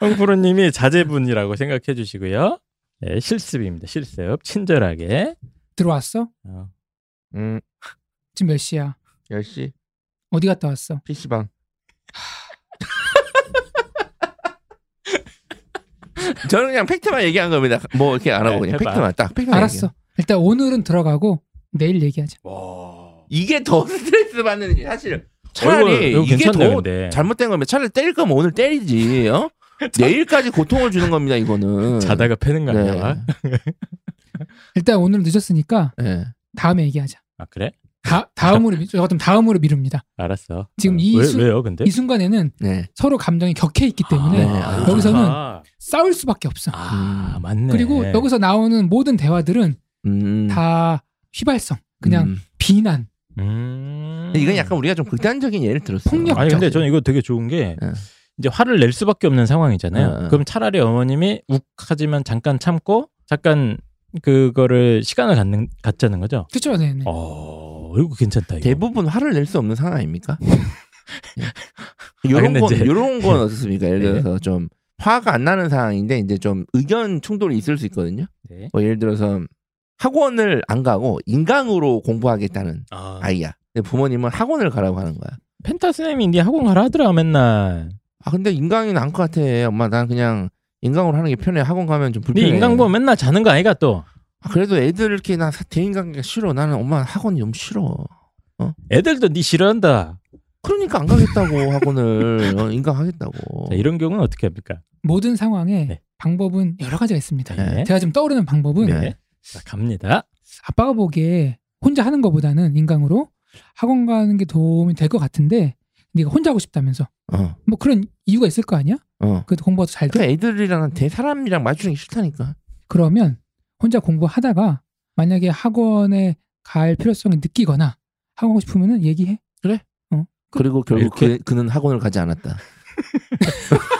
S1: 홍프로님이 자제분이라고 생각해 주시고요. 예, 실습입니다. 실습. 친절하게.
S3: 들어왔어?
S1: 어,
S2: 음
S3: 지금 몇 시야?
S2: 10시
S3: 어디 갔다 왔어?
S2: PC방 [LAUGHS] 저는 그냥 팩트만 얘기한 겁니다 뭐 이렇게 안 하고 그냥
S1: 아, 해봐.
S2: 팩트만 딱 팩트만
S3: 알았어. 일단 오늘은 들어가고 내일 얘기하자.
S2: 얘기해요. 이게 더 스트레스 받는 일 사실 차라리
S1: 이거
S2: 이게
S1: 괜찮네,
S2: 더
S1: 근데.
S2: 잘못된 거면 차라리 때릴 거면 오늘 때리지.
S1: [LAUGHS]
S2: 어? 내일까지 고통을 주는 겁니다 이거는.
S1: 자다가 패는 거
S2: 네.
S1: 아니야?
S3: 일단 오늘 늦었으니까
S2: 네.
S3: 다음에 얘기하자.
S1: 아 그래?
S3: 다, 다음으로 미, 저 같은 다음으로 미룹니다.
S1: 알았어.
S3: 지금
S1: 아,
S3: 이
S1: 왜,
S3: 수-
S1: 왜요? 근데
S3: 이 순간에는
S2: 네.
S3: 서로 감정이 격해 있기 때문에
S2: 네. 아,
S3: 여기서는
S1: 아,
S3: 싸울 수밖에 없어.
S1: 아 맞네.
S3: 그리고 여기서 나오는 모든 대화들은
S2: 음.
S3: 다 휘발성, 그냥
S2: 음.
S3: 비난.
S1: 음...
S2: 근데 이건 약간 음. 우리가 좀 극단적인 예를 들었어.
S3: 폭력.
S1: 아니 근데 저는 이거 되게 좋은 게
S2: 예.
S1: 이제 화를 낼 수밖에 없는 상황이잖아요.
S2: 예, 예.
S1: 그럼 차라리 어머님이 욱하지만 잠깐 참고 잠깐 그거를 시간을 갖는 갖자는 거죠.
S3: 그렇죠, 네. 네.
S1: 어 이거 괜찮다. 이거.
S2: 대부분 화를 낼 수 없는 상황
S1: [LAUGHS]
S2: 아닙니까? 이런
S1: 근데 네.
S2: 건
S1: 이제-
S2: 이런 건 어떻습니까? 예를 들어서 좀 화가 안 나는 상황인데 이제 좀 의견 충돌이 있을 수 있거든요.
S1: 네.
S2: 뭐 예를 들어서 학원을 안 가고 인강으로 공부하겠다는
S1: 아,
S2: 아이야. 근데 부모님은 학원을 가라고 하는 거야.
S1: 펜타스님이 네 학원 가라 하더라 맨날.
S2: 아 근데 인강이 나을 것 같아. 엄마 난 그냥 인강으로 하는 게 편해. 학원 가면 좀
S1: 네
S2: 불편해.
S1: 인강 보면 맨날 자는 거 아이가 또.
S2: 아, 그래도 애들 이렇게 나 대인강이 싫어. 나는 엄마 학원 좀 싫어.
S1: 애들도 네 싫어한다.
S2: 그러니까 안
S1: [LAUGHS]
S2: 가겠다고 학원을 어, 인강 하겠다고.
S1: 자, 이런 경우는 어떻게 합니까?
S3: 모든 상황에
S1: 네.
S3: 방법은 여러 가지가 있습니다.
S1: 네.
S3: 제가 지금 떠오르는 방법은
S1: 네. 자, 갑니다.
S3: 아빠가 보기에 혼자 하는 것보다는 인강으로 학원 가는 게 도움이 될 것 같은데 네가 혼자 하고 싶다면서
S2: 어,
S3: 뭐 그런 이유가 있을 거 아니야?
S2: 어.
S3: 그래도 공부가 잘 돼.
S2: 그 애들이랑 대 사람이랑 맞추는 게 싫다니까.
S3: 그러면 혼자 공부하다가 만약에 학원에 갈 필요성을 느끼거나 학원 가고 싶으면은 얘기해.
S2: 그리고 결국
S1: 이렇게?
S2: 그, 그는 학원을 가지 않았다.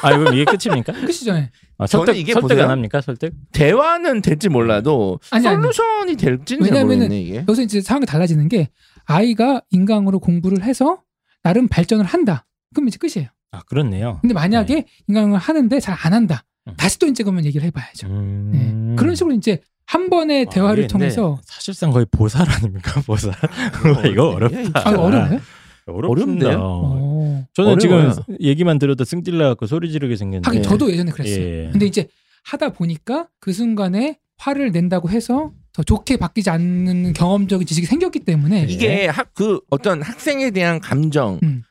S1: 아 그럼 이게 끝입니까?
S3: 끝이죠. 예.
S1: 아,
S2: 저는
S1: 설득
S2: 이게
S1: 설득
S2: 보세요.
S1: 안 합니까? 설득?
S2: 대화는 될지 몰라도
S3: 아니, 아니.
S2: 솔루션이 될지는 잘
S3: 왜냐면은
S2: 모르겠네 이게.
S3: 여기서 이제 상황이 달라지는 게 아이가 인강으로 공부를 해서 나름 발전을 한다. 그럼 이제 끝이에요.
S1: 아 그렇네요.
S3: 근데 만약에 인강을 하는데 잘 안 한다.
S1: 음.
S3: 다시 또 이제 그러면 얘기를 해봐야죠.
S1: 음...
S3: 네. 그런 식으로 이제 한 번의
S1: 와, 아,
S3: 대화를
S1: 이게 근데
S3: 통해서
S1: 사실상 거의 보살 아닙니까 [LAUGHS] 보살 와, [LAUGHS] 이거 어렵다
S3: 아, 어려워요?
S1: 네. 어렵습니다.
S2: 어렵네요.
S1: 어.
S3: 어.
S1: 저는
S2: 어려워요.
S1: 지금 얘기만 들어도 승질나 갖고 소리 지르게 생겼는데
S3: 하긴 저도 예전에 그랬어요.
S1: 네. 예.
S3: 근데 이제 하다 보니까 그 순간에 화를 낸다고 해서 더 좋게 바뀌지 않는 경험적인 지식이 생겼기 때문에
S1: 네.
S2: 이게 학, 그 어떤 학생에 대한 감정을
S3: 네. 음.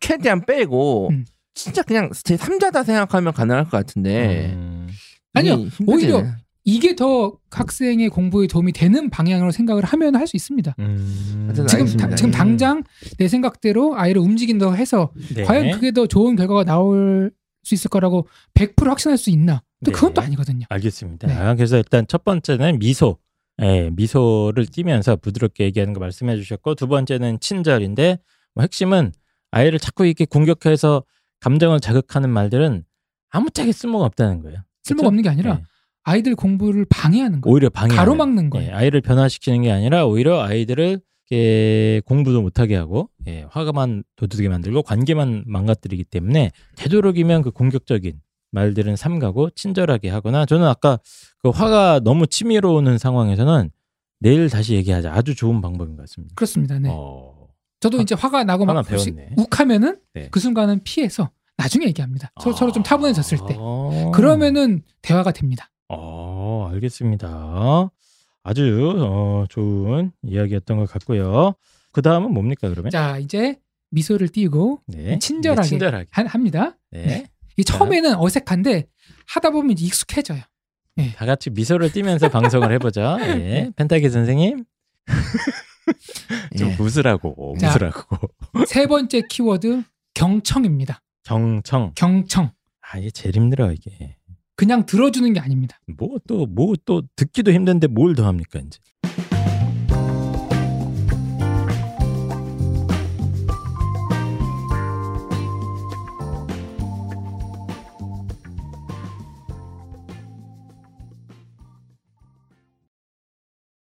S2: 최대한 빼고
S3: 음.
S2: 진짜 그냥 제 3자다 생각하면 가능할 것 같은데.
S1: 음.
S3: 아니요,
S2: 이게 힘들지.
S3: 오히려 이게 더 학생의 공부에 도움이 되는 방향으로 생각을 하면 할 수 있습니다.
S1: 음.
S2: 하여튼
S3: 지금
S2: 알겠습니다.
S3: 다- 지금 당장 내 생각대로 아이를 움직인다고 해서
S1: 네.
S3: 과연 그게 더 좋은 결과가 나올 수 있을 거라고 100% 확신할 수 있나? 또 그건
S1: 네.
S3: 또 아니거든요.
S1: 알겠습니다.
S3: 네.
S1: 아, 그래서 일단 첫 번째는 미소. 예, 미소를 띠면서 부드럽게 얘기하는 거 말씀해 주셨고 두 번째는 친절인데 뭐 핵심은 아이를 자꾸 이렇게 공격해서 감정을 자극하는 말들은 아무짝에 쓸모가 없다는 거예요.
S3: 쓸모가 없는 게 아니라
S1: 예,
S3: 아이들 공부를 방해하는 거예요.
S1: 오히려 방해
S3: 뭐 가로막는 거예요.
S1: 예, 아이를 변화시키는 게 아니라 오히려 아이들을 이렇게 공부도 못하게 하고 예, 화가만 도두게 만들고 관계만 망가뜨리기 때문에 되도록이면 그 공격적인 말들은 삼가고 친절하게 하거나 저는 아까 그 화가 너무 치밀어 오는 상황에서는 내일 다시 얘기하자 아주 좋은 방법인 것 같습니다.
S3: 그렇습니다. 네.
S1: 어,
S3: 저도
S1: 하-
S3: 이제 화가 나고
S1: 하나
S3: 막 혹시
S1: 배웠네.
S3: 욱하면은
S1: 네.
S3: 그 순간은 피해서 나중에 얘기합니다. 서로, 서로 좀
S1: 아,
S3: 타분해졌을 때.
S1: 어.
S3: 그러면은 대화가 됩니다.
S1: 어, 알겠습니다. 아주 어, 좋은 이야기였던 것 같고요. 그 다음은 뭡니까 그러면?
S3: 자, 이제 미소를 띄우고
S1: 네.
S3: 친절하게.
S1: 네, 친절하게.
S3: 한- 합니다.
S1: 네.
S3: 이 처음에는 어색한데 하다 보면 이제 익숙해져요.
S1: 다 같이 미소를 띠면서 방송을 [LAUGHS] 해보자. 예. 펜타기 선생님 네. 좀
S2: 예.
S1: 웃으라고
S3: 자.
S1: 웃으라고.
S3: 세 번째 키워드 경청입니다.
S1: 경청.
S3: 경청.
S1: 아 이게 제일 힘들어 이게.
S3: 그냥 들어주는 게 아닙니다.
S1: 뭐 또 뭐 또 듣기도 힘든데 뭘 더 합니까 이제.